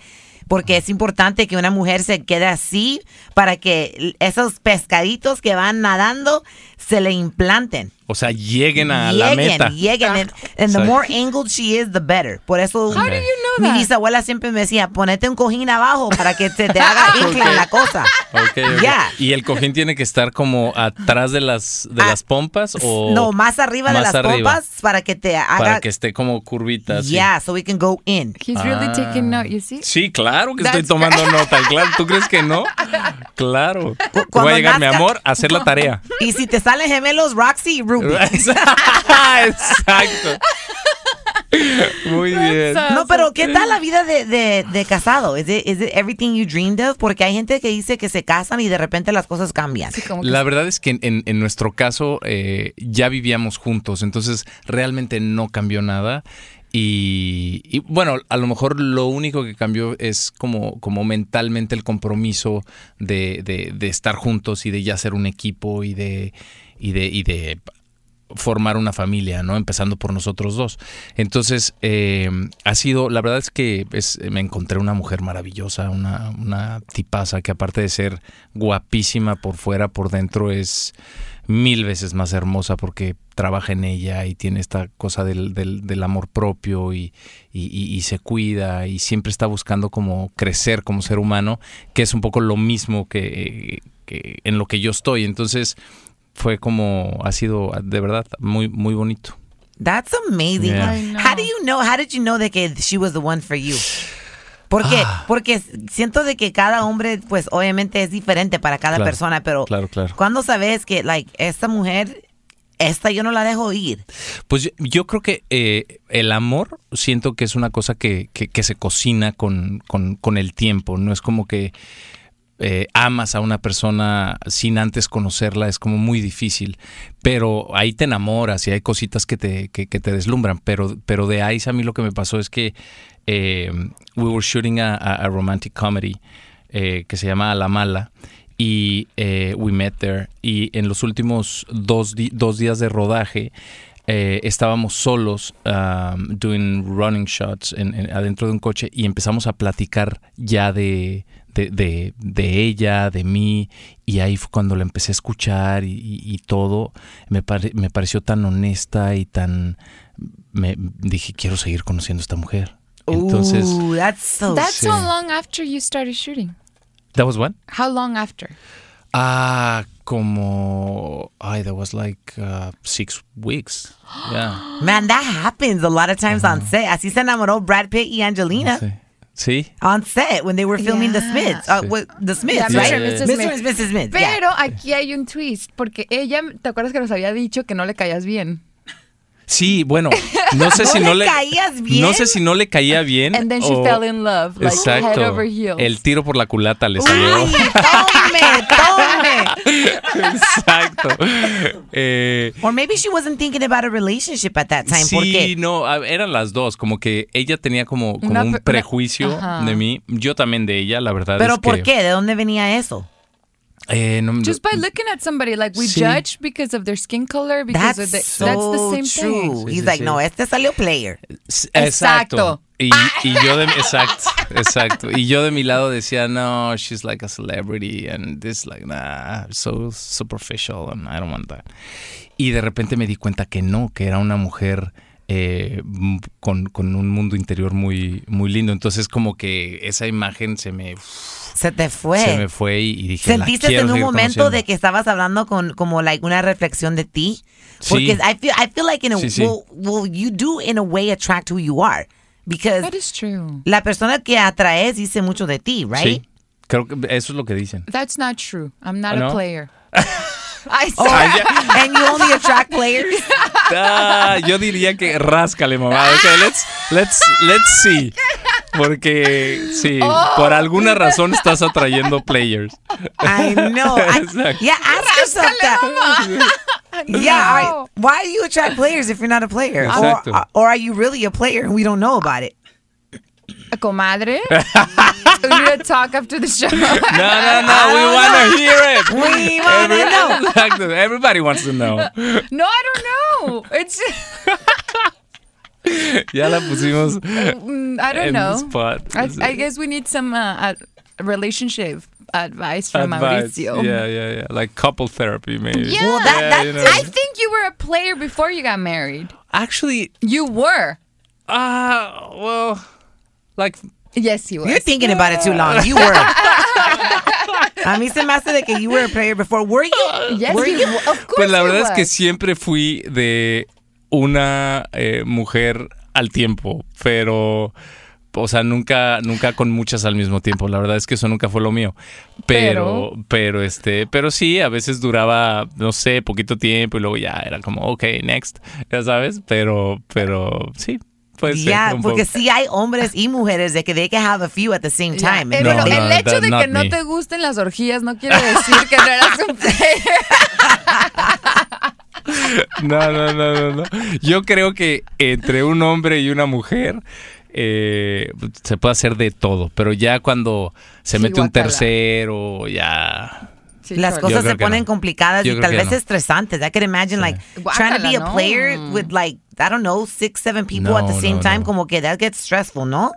Porque es importante que una mujer se quede así para que esos pescaditos que van nadando se le implanten.
o sea, lleguen a la
Lleguen,
meta.
lleguen. And, and the
Sorry.
more angled she is, the better. Por eso
Ah. How do
Okay.
you know
mi
that?
bisabuela siempre me decía, ponete un cojín abajo para que se te haga incline la cosa.
Ok, ok.
Ya.
¿Y el cojín tiene que estar como atrás de las, de
Ah,
las pompas o...?
No, más arriba de
Oh. más
las
arriba?
pompas para que te haga.
Para que esté como curvita. así.
Yeah, so we can go in.
He's really taking
Ah.
note, you see?
Sí, claro que
That's
estoy tomando nota. Claro, ¿tú crees que no? Claro. Voy
cuando
a llegar, mi
nazca.
amor, a hacer la tarea.
Y si te salen gemelos, Roxy y Ruby.
Exacto. Muy bien.
No, pero ¿qué tal la vida de, de, de casado? ¿Es it, is it everything you dreamed of? Porque hay gente que dice que se casan y de repente las cosas cambian.
Como que
La verdad es que en, en- en nuestro caso eh, ya vivíamos juntos, entonces realmente no cambió nada. Y, y, bueno, a lo mejor lo único que cambió es como, como mentalmente el compromiso de, de- de estar juntos y de ya ser un equipo y de, y de, y de formar una familia, ¿no? Empezando por nosotros dos. Entonces, eh, ha sido, la verdad es que es- me encontré una mujer maravillosa, una, una tipaza que aparte de ser guapísima por fuera, por dentro es mil veces más hermosa porque trabaja en ella y tiene esta cosa del, del- del amor propio y, y- y- y se cuida y siempre está buscando como crecer como ser humano, que es un poco lo mismo que, que en lo que yo estoy. Entonces fue como, ha sido de verdad muy, muy bonito.
That's amazing.
Yeah. I
know.
How do you know? How did you know de que she was the one for you? Porque,
Ah.
porque siento de que cada hombre, pues obviamente es diferente para cada
Claro,
persona, pero
claro, claro.
¿cuándo sabes que, like, esta mujer, esta yo no la dejo ir?
Pues yo, yo creo que eh, el amor siento que es una cosa que, que- que se cocina con, con- con el tiempo. No es como que eh, amas a una persona sin antes conocerla, es como muy difícil. Pero ahí te enamoras y hay cositas que te, que, que te deslumbran. Pero, pero de ahí a mí lo que me pasó es que eh, we were shooting a, a- a romantic comedy eh, que se llama A la mala. Y eh, we met there. Y en los últimos dos, di- dos días de rodaje, eh, estábamos solos um, doing running shots en- en- adentro de un coche y empezamos a platicar ya de, de, de- de ella, de mí, y ahí fue cuando la empecé a escuchar y, y- y todo. Me, pare- me pareció tan honesta y tan... Me dije, quiero seguir conociendo a esta mujer. Entonces...
Uh.
Ooh, that's so.
That's
Sí.
how long after you started shooting.
That was one?
How long after?
Ah, como... Ay, that was like uh, six weeks. Yeah.
man, that happens a lot of times on set. Así se enamoró Brad Pitt y Angelina.
Sí. Sí.
On set when they were filming The
Yeah.
Smiths, uh, with- The Smiths,
Yeah,
right?
Mr. and Mrs. Smith.
Mr. and Mrs. Smith. yeah.
Pero aquí hay un twist, porque ella, ¿te acuerdas que nos había dicho que no le caías bien?
Sí, bueno, no sé
¿No
si
le
no le
caías bien?
No sé si no le caía bien.
And then she
o-
fell in love, like
Oh, Exacto.
head over heels.
El tiro por la culata le
Ay,
salió.
tome, tome.
Exacto. Eh,
Or maybe she wasn't thinking about a relationship at that time.
sí,
porque
no, a- eran las dos, como que ella tenía como, como
Una
un
pre- una-
prejuicio
Ajá.
de mí, yo también de ella, la verdad.
Pero
es
¿por
que,
qué? ¿De dónde venía eso?
eh, no-
Just by looking at somebody, like we
Sí.
judge because of their skin color, because
That's
of the,
so
that's the same
true.
thing.
He's
sí,
like,
sí.
no, este salió player.
S-
Exacto.
Exacto. Y,
Ah.
y yo de exacto, exacto. Y yo de mi lado decía, no, she's like a celebrity and this like nah, so superficial and I don't want that. Y de repente me di cuenta que no, que era una mujer eh, m- con, con un mundo interior muy, muy lindo. Entonces como que esa imagen se me,
Se te fue.
se me fue y, y dije,
¿Sentiste
la quiero
en un
seguir
momento de
conociendo".
que estabas hablando con como like una reflexión de ti?
Sí.
Porque I feel I feel like in a
Sí, sí.
Well, well, you do in a way attract who you are because
That is true.
la persona que atraes dice mucho de ti, right?
Sí, creo que eso es lo que dicen.
That's not true. I'm not
No?
a player. I
Oh,
said-
and you only attract players.
Ah, yo diría que ráscale, mamá. Ok, let's, let's, let's see. Porque sí,
Oh.
por alguna razón estás atrayendo players.
I know. I-
Exacto.
yeah, ask yourself that. yeah, all right. why do you attract players if you're not a player? Or, uh,
Exacto.
or are you really a player and we don't know about it?
comadre. We're gonna talk after the show.
No, no, no, Ah, we want to hear it.
We want to know.
Exacto, everybody wants to know.
No, I don't know. It's
Ya la pusimos
Mm, I don't
en
know.
spot.
I, I guess we need some uh, ad- relationship advice from
Advice.
Mauricio.
Yeah, yeah, yeah. Like couple therapy, maybe.
Yeah. Well,
that-
Yeah, you
that's-
know.
I think you were a player before you got married.
Actually,
You were.
ah, well, like
Yes, you were.
You're thinking about it too long. You were. A mí se me hace de que you were a player before. Were
Ah,
you?
Yes,
Were
you,
you?
were. Of course
Pues la
you
verdad es
were.
que siempre fui de una eh, mujer al tiempo, pero, o sea, nunca, nunca con muchas al mismo tiempo. La verdad es que eso nunca fue lo mío. Pero, pero, este, pero sí, a veces duraba, no sé, poquito tiempo y luego ya era como, ok, next, ya sabes, pero, pero sí, pues.
Yeah, porque sí hay hombres y mujeres de que they can have a few at the same
Yeah.
time.
Pero
No,
el
no,
hecho
that's
de
not
que no
me.
te gusten las orgías no quiere decir que no eras un player.
No, no, no, no, no. Yo creo que entre un hombre y una mujer eh, se puede hacer de todo, pero ya cuando se
Sí,
mete un
guácala.
tercero, ya
Sí,
Las
totally.
cosas
Yo creo
se
que no.
ponen complicadas
Yo
y
creo
tal
que
vez
no.
estresantes. I could imagine like trying to be a
Guácala, no.
player with like I don't know six seven people at the
No,
same
no,
time.
no.
Como que that gets stressful, ¿no?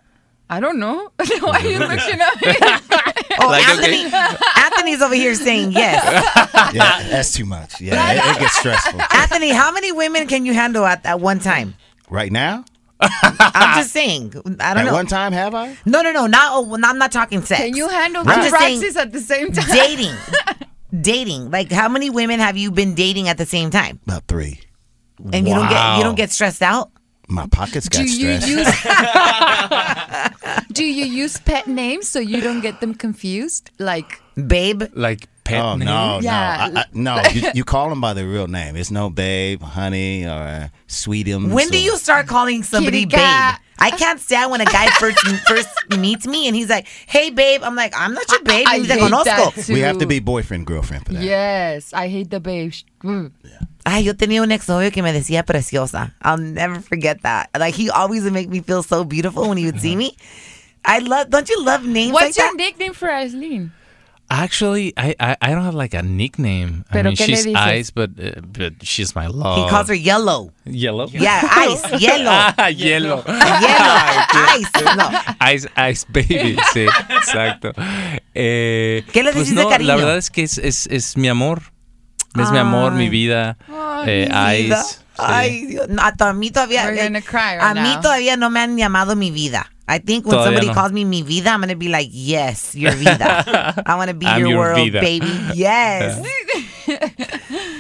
I don't know. Why are you looking at me?
Oh,
Like,
Anthony, Anthony's over here saying yes.
Yeah, that's too much. Yeah, it, it gets stressful.
Anthony, how many women can you handle at, at one time?
Right now,
I'm just saying. I don't
at
know.
one time, have I?
No, no, no. Not. Oh, well, I'm not talking sex.
Can you handle
I'm
two
just saying-
Roxys at the same time?
dating? dating. Like, how many women have you been dating at the same time?
About three.
And you don't get you
Wow.
don't get stressed out.
My pockets got
Do you
stressed.
use Do you use pet names so you don't get them confused? Like
Babe,
Like pet
Oh
name?
no,
Yeah.
no, I, I, no! You, you call them by their real name. It's no babe, honey, or uh, sweetums.
When do
or-
you start calling somebody
Kitty
babe?
cat.
I can't stand when a guy first first meets me and he's like, "Hey babe," I'm like, "I'm not your babe."
I
ni te
hate that
conozco.
too.
We have to be boyfriend girlfriend for that.
Yes, I hate the babe. Sh- mm.
Ay, yo tenía un exnovio que me decía preciosa. I'll never forget that. Like he always would make me feel so beautiful when he would see me. I love. Don't you love names
What's
like
your
that?
nickname for Aislinn?
Actually, I, I I don't have like a nickname. I
Pero
mean,
¿qué le
she's
dices?
Ice, but uh, but she's my love.
He calls her yellow.
yellow.
Yeah, ice, yellow,
Ah, yellow.
yellow, ice. No.
Ice, Ice Baby, sí, exacto. Eh,
¿Qué le
pues
decís de
no,
cariño?
La verdad es que es, es, es mi amor. Es mi amor, mi vida. eh, Ice. sí.
Ay, Dios, no, a to- a mí todavía.
We're
eh,
gonna cry right
a mí
now.
todavía no me han llamado mi vida. I think when
Todavía
somebody
no.
calls me mi vida, I'm gonna be like, yes, your vida. I want to be
I'm
your,
your
world,
vida.
baby. Yes.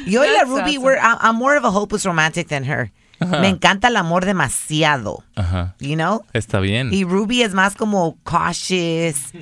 Yo y la Ruby,
awesome.
we're, I- I'm more of a hopeless romantic than her.
Uh-huh.
Me encanta el amor demasiado.
Ajá.
You know?
Está bien.
Y Ruby es más como cautious,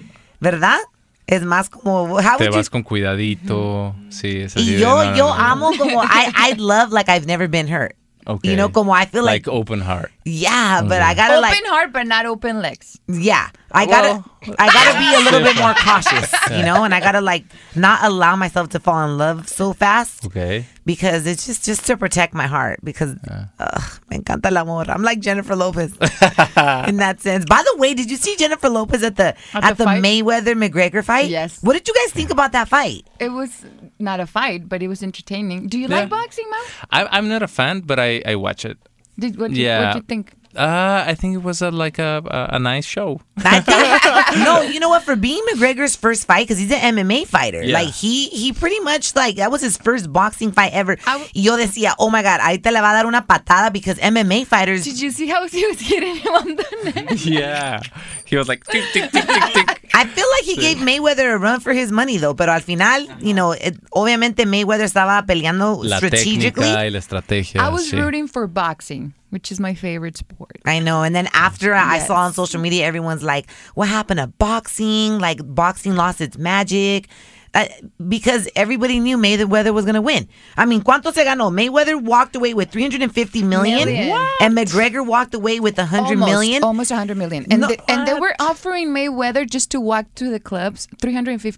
¿verdad? Es más como, how
Te
would you
vas con cuidadito. Sí, es así.
Y
de,
yo,
no, no,
yo
no, no.
amo como, I, I love like I've never been hurt.
Okay.
You know, como I feel like,
Like open heart.
yeah, but I gotta
Open
like,
heart, but not open legs.
yeah, I gotta, I gotta be a little bit more cautious, you know, and I gotta like not allow myself to fall in love so fast
Okay.
because it's just just to protect my heart because ugh, me encanta el amor. I'm like Jennifer Lopez in that sense. By the way, did you see Jennifer Lopez at the at,
At the
the,
fight?
Mayweather McGregor fight?
Yes.
What did you guys think about that fight?
It was not a fight, but it was entertaining. Do you like
Yeah.
boxing, Mom?
I, I'm not a fan, but I, I watch it.
Did what?
Yeah.
What you think?
Uh, I think it was a, like a, a, a nice show.
I think- no, you know what? For being McGregor's first fight, because he's an MMA fighter,
Yeah.
like he he pretty much like that was his first boxing fight ever.
I w-
y yo decía, oh my god, ahí te le va a dar una patada because MMA fighters.
Did you see how he was hitting him on the neck?
yeah. He was like, tick, tick, tick, tick, tick.
I feel like he gave Mayweather a run for his money though, pero al final, you know, it- obviamente Mayweather estaba peleando
La
strategically.
técnica y la estrategia.
I was
sí.
rooting for boxing, which is my favorite sport.
I know. And then after I I
Yes.
saw on social media, everyone's like, what happened to boxing? Like, boxing lost its magic. Uh, because everybody knew Mayweather was going to win. I mean, ¿cuánto se ganó? Mayweather walked away with 350 million.
Million. What?
And McGregor walked away with 100
almost, Oh.
million.
almost 100 million and,
No,
they, and they
what?
were offering mayweather just to walk to the clubs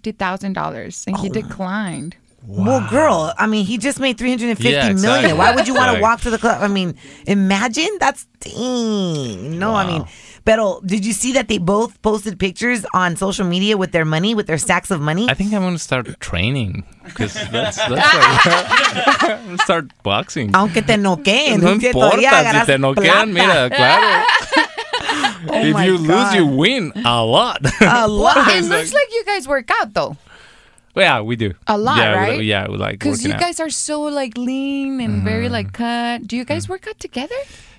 $350000 and he
Oh.
declined
Well, girl, I mean, he just made three hundred and fifty million.
Yeah, exactly.
Why would you want to
Like-
walk to the club? I mean, imagine that's dang. No, I mean, pero did you see that they both posted pictures on social media with their money, with their stacks of money?
I think I'm gonna start training because that's that's what- I'm gonna start boxing.
Aunque te noqueen.
no
que todavía
importa si
agarras plata.
te noquean, mira, claro.
Oh
If
my
you lose,
God.
you win a lot.
A lot.
it looks like you guys work out though
Well, yeah, we do
A lot,
yeah,
right?
We, yeah, we like
because
working
you
out. Mm-hmm.
guys are so like lean and very like cut do you
Mm.
guys work out together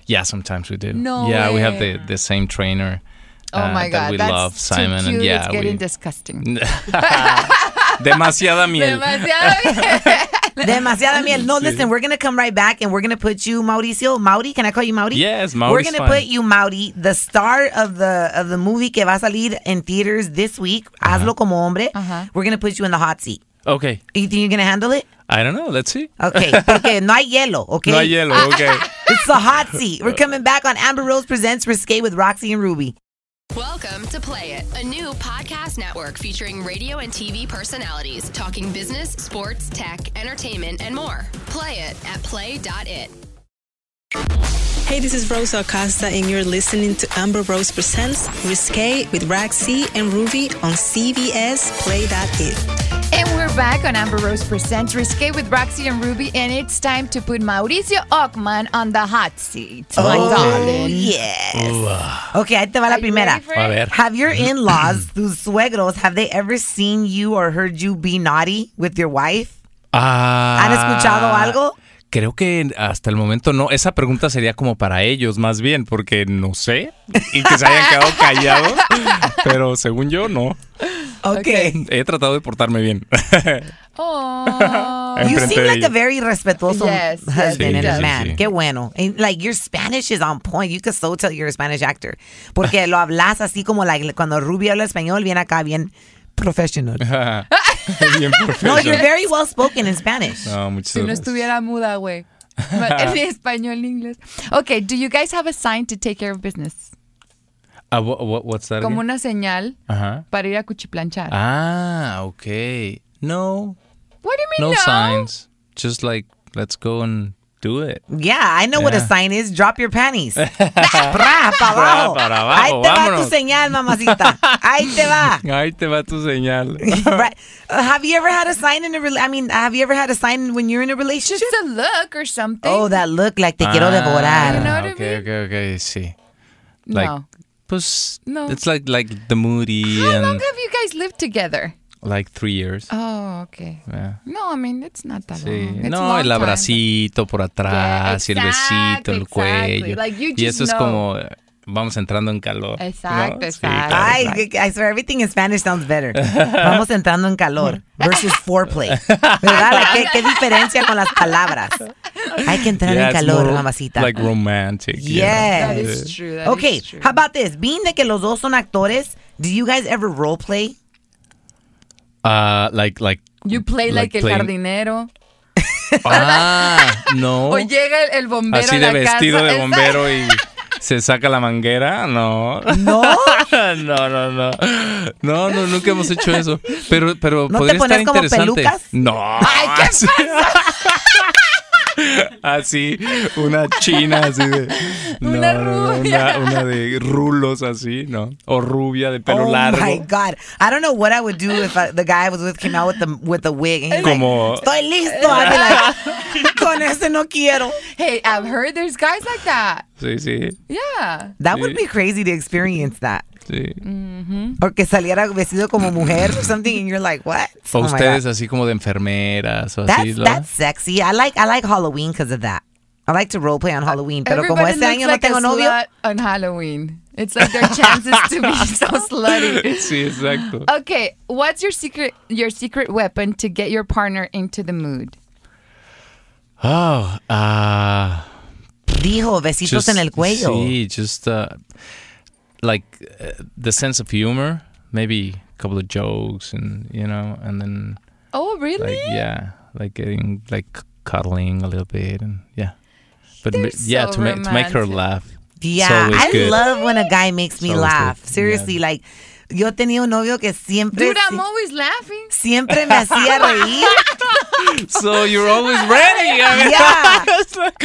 yeah, sometimes we do.
No
yeah, we have
way.
the the same trainer.
oh
uh,
my god
that we
that's
love
too
Simon
cute.
and yeah,
it's getting
we,
disgusting
demasiada miel.
Demasiada miel. No, listen, we're going to come right back and we're going to put you, Mauricio. Mauri, can I call you Mauri?
Yes,
We're
Mauri's
going to
fine.
put you, Mauri, the star of the of the movie que va a salir in theaters this week, Hazlo como hombre.
Ajá.
We're going to put you in the hot seat.
Okay,
You think you're going to handle it?
I don't know. Let's see.
Okay, porque no hay hielo, okay? Ah.
No hay hielo. Okay.
It's the hot seat. We're coming back on Amber Rose Presents Risque with Roxy and Ruby.
Welcome to Play It, a new podcast network featuring radio and TV personalities talking business, sports, tech, entertainment, and more. Play it at play.it.
Hey, this is Rosa Acosta, and you're listening to Amber Rose Presents Risque with Raxi and Ruby on CBS Play That It.
and we're We're back on Amber Rose Presents Risque with Roxy and Ruby, and it's time to put Mauricio Ockman on the hot seat. My darling.
Yes. Okay, ahí te va Oh. la primera.
A ver.
Have your in-laws, tus suegros, have they ever seen you or heard you be naughty with your wife?
Ah,
¿Han escuchado algo?
Creo que hasta el momento no. Esa pregunta sería como para ellos más bien, porque no sé. Y que se hayan quedado callados. Pero según yo, no.
Okay.
He tratado de portarme bien.
Oh.
You
Enfrente
seem
de
like a
ellos.
very respetuoso
Yes, yes,
husband
he
and a
does.
man.
Sí, sí.
Qué bueno. And, like your Spanish is on point. You can so tell you're a Spanish actor. Porque lo hablas así como like, cuando Ruby habla español, bien acá, bien professional.
bien
No, you're
profesional.
very well spoken in Spanish.
No, muchas
Si no
gracias.
estuviera muda, güey. En español, en inglés. Okay, do you guys have a sign to take care of business?
Ah, wha- wha- what's that
Como
again?
una señal
Ajá.
para ir a cuchiplanchar.
Ah, ok. No,
What do you
no
mean no?
signs. Just like, let's go and do it.
Yeah, I know what a
Yeah.
sign is. Drop your panties. Pra, para abajo.
para
Ahí
abajo,
te va
vámonos.
tu señal, mamacita. Ahí te va.
Ahí te va tu señal.
right. Uh, have you ever had a sign in a rela- I mean, have you ever had a sign when you're in a relationship?
Just a look or something.
Oh, that look like te quiero
Ah,
devorar.
You know what I
okay, okay, okay, sí. Like,
no.
Pues,
No.
it's like like the moody
How
and
long have you guys lived together?
like three years.
Oh, okay.
Yeah.
No, I mean, it's not that
Sí.
long. It's a
No,
long
el
time, but-
abracito por atrás, y el
exacto,
besito, el
exactly.
cuello.
Like, you
y
just
eso es
know.
como eh, vamos entrando en calor. ¿no?
Exacto,
Sí,
exacto.
claro.
I, I swear everything in Spanish sounds better. Vamos entrando en calor versus foreplay. ¿Verdad? Like, ¿qué, qué diferencia con las palabras. Hay que entrar en
Yeah, it's
calor,
more
mamacita.
Like romantic. you know?
yes.
That is true. that is
okay,
true.
how about this? Being de que los dos son actores, do you guys ever role play?
Uh, like, like.
You play like, el
playing-
jardinero.
Ah, no.
O llega el, el bombero
Así
a
de
la
vestido
casa.
de bombero y se saca la manguera, no.
No.
no, no, no. No, no, nunca hemos hecho eso. Pero, pero
¿No te
podría
pones
estar
como
interesante.
pelucas?
No.
Ay, ¿qué
así, así, una china así de. no,
Una
no, no,
rubia.
una, una de rulos así, ¿no? O rubia de pelo
oh
largo.
my god! I don't know what I would do if I, the guy I was with came out with the with the wig. And he's
Como-
like, Estoy listo. I'd be like, con ese no quiero.
Hey, I've heard there's guys like that.
Sí, sí,
Yeah.
That would be crazy to experience that.
sí.
Mm. Or que saliera vestido como mujer or something, and you're like, what?
O
Oh my
ustedes
God.
así como de enfermeras o así.
That's
¿no?
that's sexy. I like I like Halloween because of that. I like to role play on Halloween. Pero como
Everybody
este año
looks like
no tengo
a
novio.
slut on Halloween. It's like their chances to be so slutty.
Sí, exacto.
Okay, what's your secret your secret weapon to get your partner into the mood?
Oh, ah.
Dijo besitos
just-
en el cuello.
Sí, just uh, like uh, the sense of humor, maybe a couple of jokes, and you know, and then
Oh, really?
like yeah, like getting like cuddling a little bit, and yeah. But
They're
ma- yeah,
so
to make to make her
romantic.
laugh.
Yeah,
it's always
I
good.
love when a guy makes me
It's always
laugh.
good.
Seriously, like yo tenía un novio que siempre
Dude, I'm always laughing.
siempre me hacía reír.
So you're always ready. I mean,
Yeah.
it's like-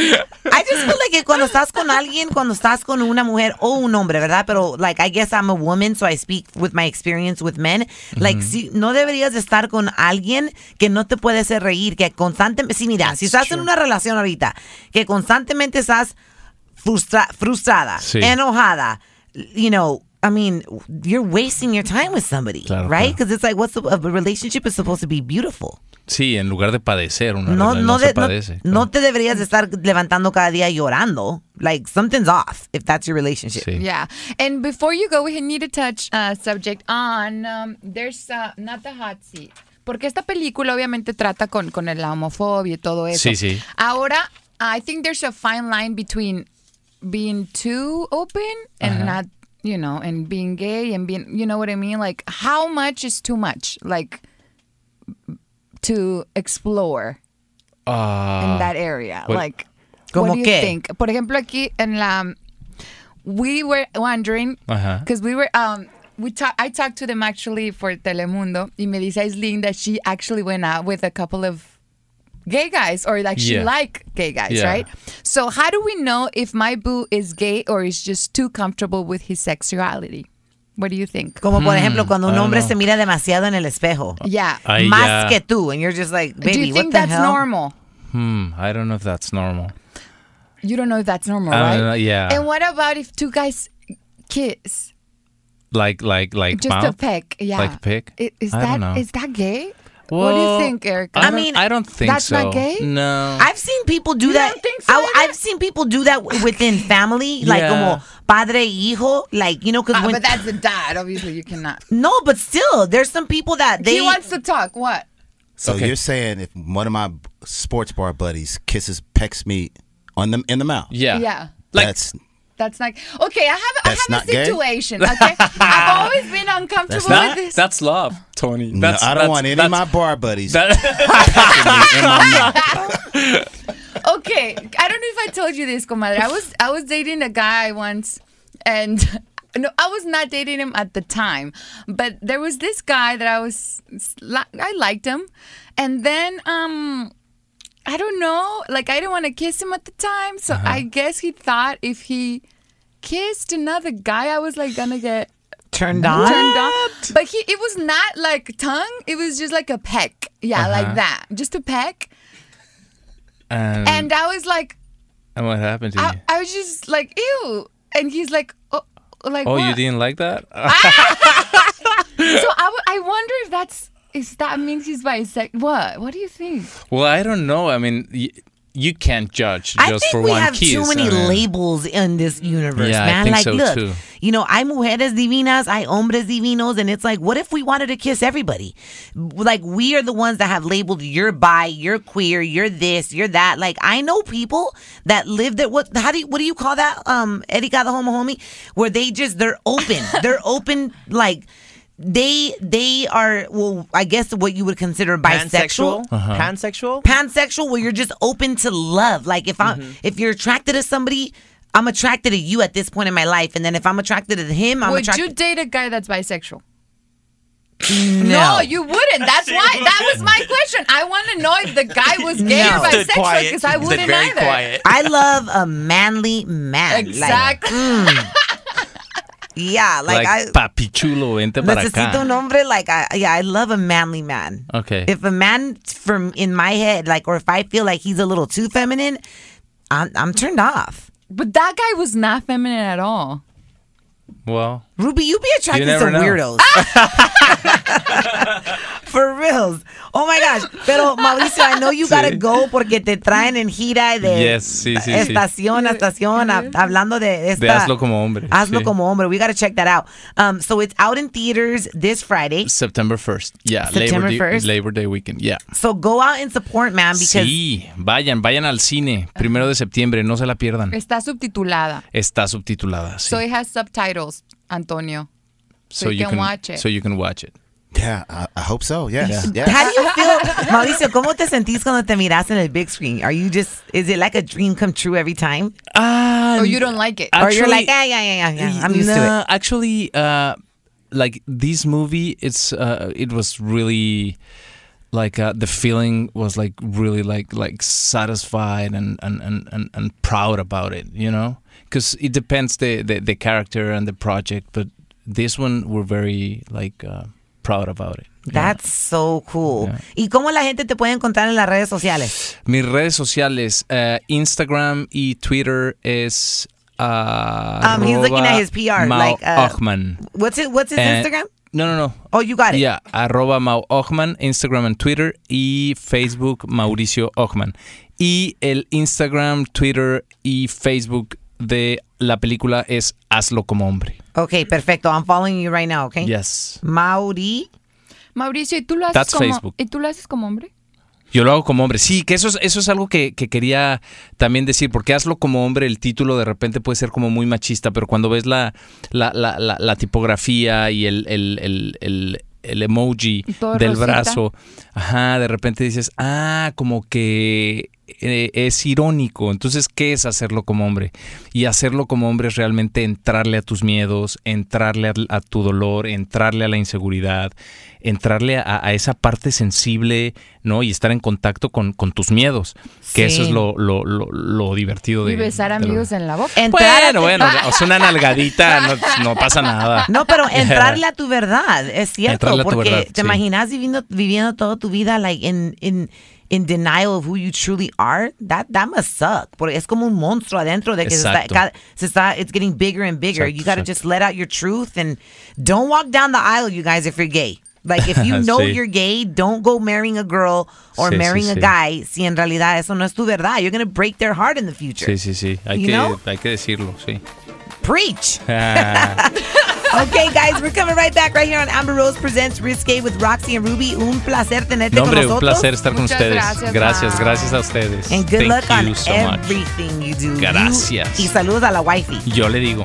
I just feel like que cuando estás con alguien, cuando estás con una mujer o un hombre, ¿verdad? Pero, like, I guess I'm a woman, so I speak with my experience with men. Like, si, no deberías de estar con alguien que no te puede hacer reír, que constantemente, si mira, si estás en una relación ahorita, que constantemente estás frustra- frustrada,
Sí.
enojada, you know, I mean, you're wasting your time with somebody,
Claro,
right?
claro.
Because it's like, what's the, a relationship is supposed to be beautiful.
sí, en lugar de padecer, una
No,
relación
no,
se
de- no-
padece.
no te deberías de estar levantando cada día llorando. Like, something's off if that's your relationship.
Sí.
Yeah. And before you go, we need to touch uh, subject on um, there's uh, not the hot seat. Porque esta película obviamente trata con, con la homofobia y todo eso.
Sí, sí.
Ahora, I think there's a fine line between being too open and not, you know, and being gay and being, you know what I mean? Like, how much is too much? Like, to explore
Ah,
in that area.
Well-
like,
¿Cómo
what do you
qué?
think? Por ejemplo, aquí en la, we were wondering
Ajá.
because we were um we talk, I talked to them actually for Telemundo. Y me dice Aislinn that she actually went out with a couple of gay guys or like she
Yeah.
like gay guys,
Yeah.
right? So how do we know if my boo is gay or is just too comfortable with his sexuality? What do you think?
Como
Hmm,
por ejemplo cuando un
don't
hombre
know.
se mira demasiado en el espejo.
Yeah.
I- Ay,
Más
ya.
que tú. And you're just like, baby,
do you think
what the
that's
hell?
normal?
Hmm, I don't know if that's normal.
You don't know if that's normal,
I
right?
don't know, yeah.
And what about if two guys kiss?
Like, like, like
Just a
mouth?
peck, yeah.
Like peck?
I- Is
I
that
don't know.
is that gay? what do you
Well,
think, Erica?
I,
I mean,
mean, I don't think
that's
so.
not gay?
No.
I've seen people do
You
that.
don't think so
I,
either?
I've seen people do that w- within family, like
Yeah.
como padre e hijo, like you know, because
Ah,
when
but that's the dad. Obviously, you cannot.
no, but still, there's some people that they
he wants to talk. What?
So
Okay.
you're saying if one of my sports bar buddies kisses, pecks me on them in the mouth?
yeah.
Yeah.
Like,
that's
That's not okay. I have I
That's
have a
not gay?
situation. Okay, I've always been uncomfortable with
that,
this.
that's love, Tony.
no,
That's,
I don't
that's-
want any
that's-
of my bar buddies.
that-
in my mouth.
okay, I don't know if I told you this, comadre. I was I was dating a guy once, and no, I was not dating him at the time, but there was this guy that I was I liked him, and then um. I don't know. Like, I didn't want to kiss him at the time. So
Uh-huh.
I guess he thought if he kissed another guy, I was like going to get
turned on.
turned on. But he, it was not like tongue. It was just like a peck. Yeah,
Uh-huh.
like that. Just a peck.
and,
Mm.
And I was like,
and what happened to
I,
you?
I was just like, ew. And he's like, oh, like
Oh, you
what?
didn't like that?
So I, w- I wonder if that's is that means he's bisexual. What? What do you think?
Well, I don't know. I mean, y- you can't judge just
I think
for
we
one
have
kiss.
too many
I mean,
labels in this universe,
Yeah, I
man.
think
like,
so,
look,
too.
you know, hay mujeres divinas, hay hombres divinos, and it's like, what if we wanted to kiss everybody? Like, we are the ones that have labeled you're bi, you're queer, you're this, you're that. Like, I know people that live that. What? How do you? What do you call that? Um, Erika the homo homie, where they just they're open, they're open, like. They they are well, I guess what you would consider
Pansexual?
bisexual
Uh-huh.
Pansexual?
pansexual where you're just open to love. Like if I'm
Mm-hmm.
if you're attracted to somebody, I'm attracted to you at this point in my life, and then if I'm attracted to him, I'm
Would you
attracted.
date a guy that's bisexual?
You
No, you wouldn't. That's why. That was my question. I want to know if the guy was gay
No.
or
Stood
bisexual because I wouldn't
very
either.
quiet.
I love a manly man. Like,
Exactly.
yeah, like,
Like,
I.
papi chulo, vente para
Necesito un
acá.
hombre like I yeah I love a manly man.
Okay.
If a man from in my head like or if I feel like he's a little too feminine, I'm, I'm turned off.
but that guy was not feminine at all.
Well,
Ruby, you be attracted to
never
some
know.
weirdos. For reals. Oh my gosh. Pero Mauricio, I know you gotta go porque te traen en gira de
Yes, sí, sí, sí.
estación a estación hab- hablando de esta
de hazlo como hombre.
Hazlo
sí.
como hombre. We gotta check that out. Um, so it's out in theaters this Friday.
September 1st. Yeah,
September
Labor, Day,
1st.
Labor Day weekend. Yeah.
So go out and support, man, because
Sí, vayan, vayan al cine. Primero de septiembre, no se la pierdan.
Está subtitulada.
Está subtitulada. Sí.
So it has subtitles, Antonio. so you can watch it.
So you can watch it.
Yeah, I, I hope so. Yes. Yeah.
How do you feel, Mauricio? ¿Cómo te sentís cuando te miras en el big screen? Are you just, is it like a dream come true every time?
Ah,
Oh, you don't like it.
or you're
Actually-
like, yeah, yeah, yeah, yeah, yeah. I'm used to it.
Nah, Actually, uh, like this movie, it's uh, it was really like uh, the feeling was like really like like satisfied and and and and, and proud about it, you know, because it depends the, the the character and the project, but this one we're very like uh, proud about it. Yeah.
That's so cool. ¿Y cómo la gente te puede encontrar en las redes sociales?
Mis redes sociales, eh, Instagram y Twitter es. ah,
Um, he's looking at
arroba
his PR,
Mao
like, uh,
Ochman.
What's it? What's his
Eh,
Instagram?
No, no, no.
Oh, you got it.
Yeah, arroba Mau Ochman, Instagram and Twitter y Facebook Mauricio Ochman. Y el Instagram, Twitter y Facebook de la película es Hazlo como hombre.
Okay, perfecto. I'm following you right now. Okay.
Yes.
Mauri.
Mauricio, ¿y tú lo haces
That's
como
Facebook.
¿y tú lo haces como hombre?
Yo lo hago como hombre. Sí, que eso es, eso es algo que, que quería también decir, porque hazlo como hombre, el título de repente puede ser como muy machista, pero cuando ves la, la, la, la, la tipografía y el, el, el, el- el emoji
Y todo
del
rosita.
brazo, ajá, de repente dices, ah, como que eh, es irónico. Entonces, ¿qué es hacerlo como hombre? Y hacerlo como hombre es realmente entrarle a tus miedos, entrarle a, a tu dolor, entrarle a la inseguridad, entrarle a, a esa parte sensible, ¿no? Y estar en contacto con, con tus miedos, que eso
Sí.
es lo, lo, lo- lo divertido de...
Y besar
de lo-
amigos en la boca.
Entrar
Bueno, bueno, o sea, una nalgadita no, no pasa nada.
No, pero entrarle a tu verdad, es cierto,
Entrarle a tu
porque
verdad,
te
sí.
imaginas viviendo viviendo toda tu vida like in in in denial of who you truly are. That that must suck. Porque es como un monstruo adentro de que se está,
Exacto.
cada- se está it's getting bigger and bigger.
Exacto,
you got to
exacto.
just let out your truth and don't walk down the aisle, you guys, if you're gay. Like if you know
Sí.
you're gay, don't go marrying a girl or
Sí, sí,
marrying a
sí.
guy si en realidad eso no es tu verdad. You're going to break their heart in the future.
Sí, sí, sí, hay,
You
que,
know?
hay que decirlo, sí. Ah.
Preach. Okay, guys, we're coming right back right here on Amber Rose Presents Risque with Roxy and Ruby. Un placer tenerte
No,
con
hombre, un
nosotros.
placer estar con
Muchas
ustedes.
gracias,
Gracias, gracias,
Mar.
a ustedes.
And good
Thank
luck
you
on
so much.
everything you do. You-
Gracias.
y saludos a la wifey.
Yo le digo.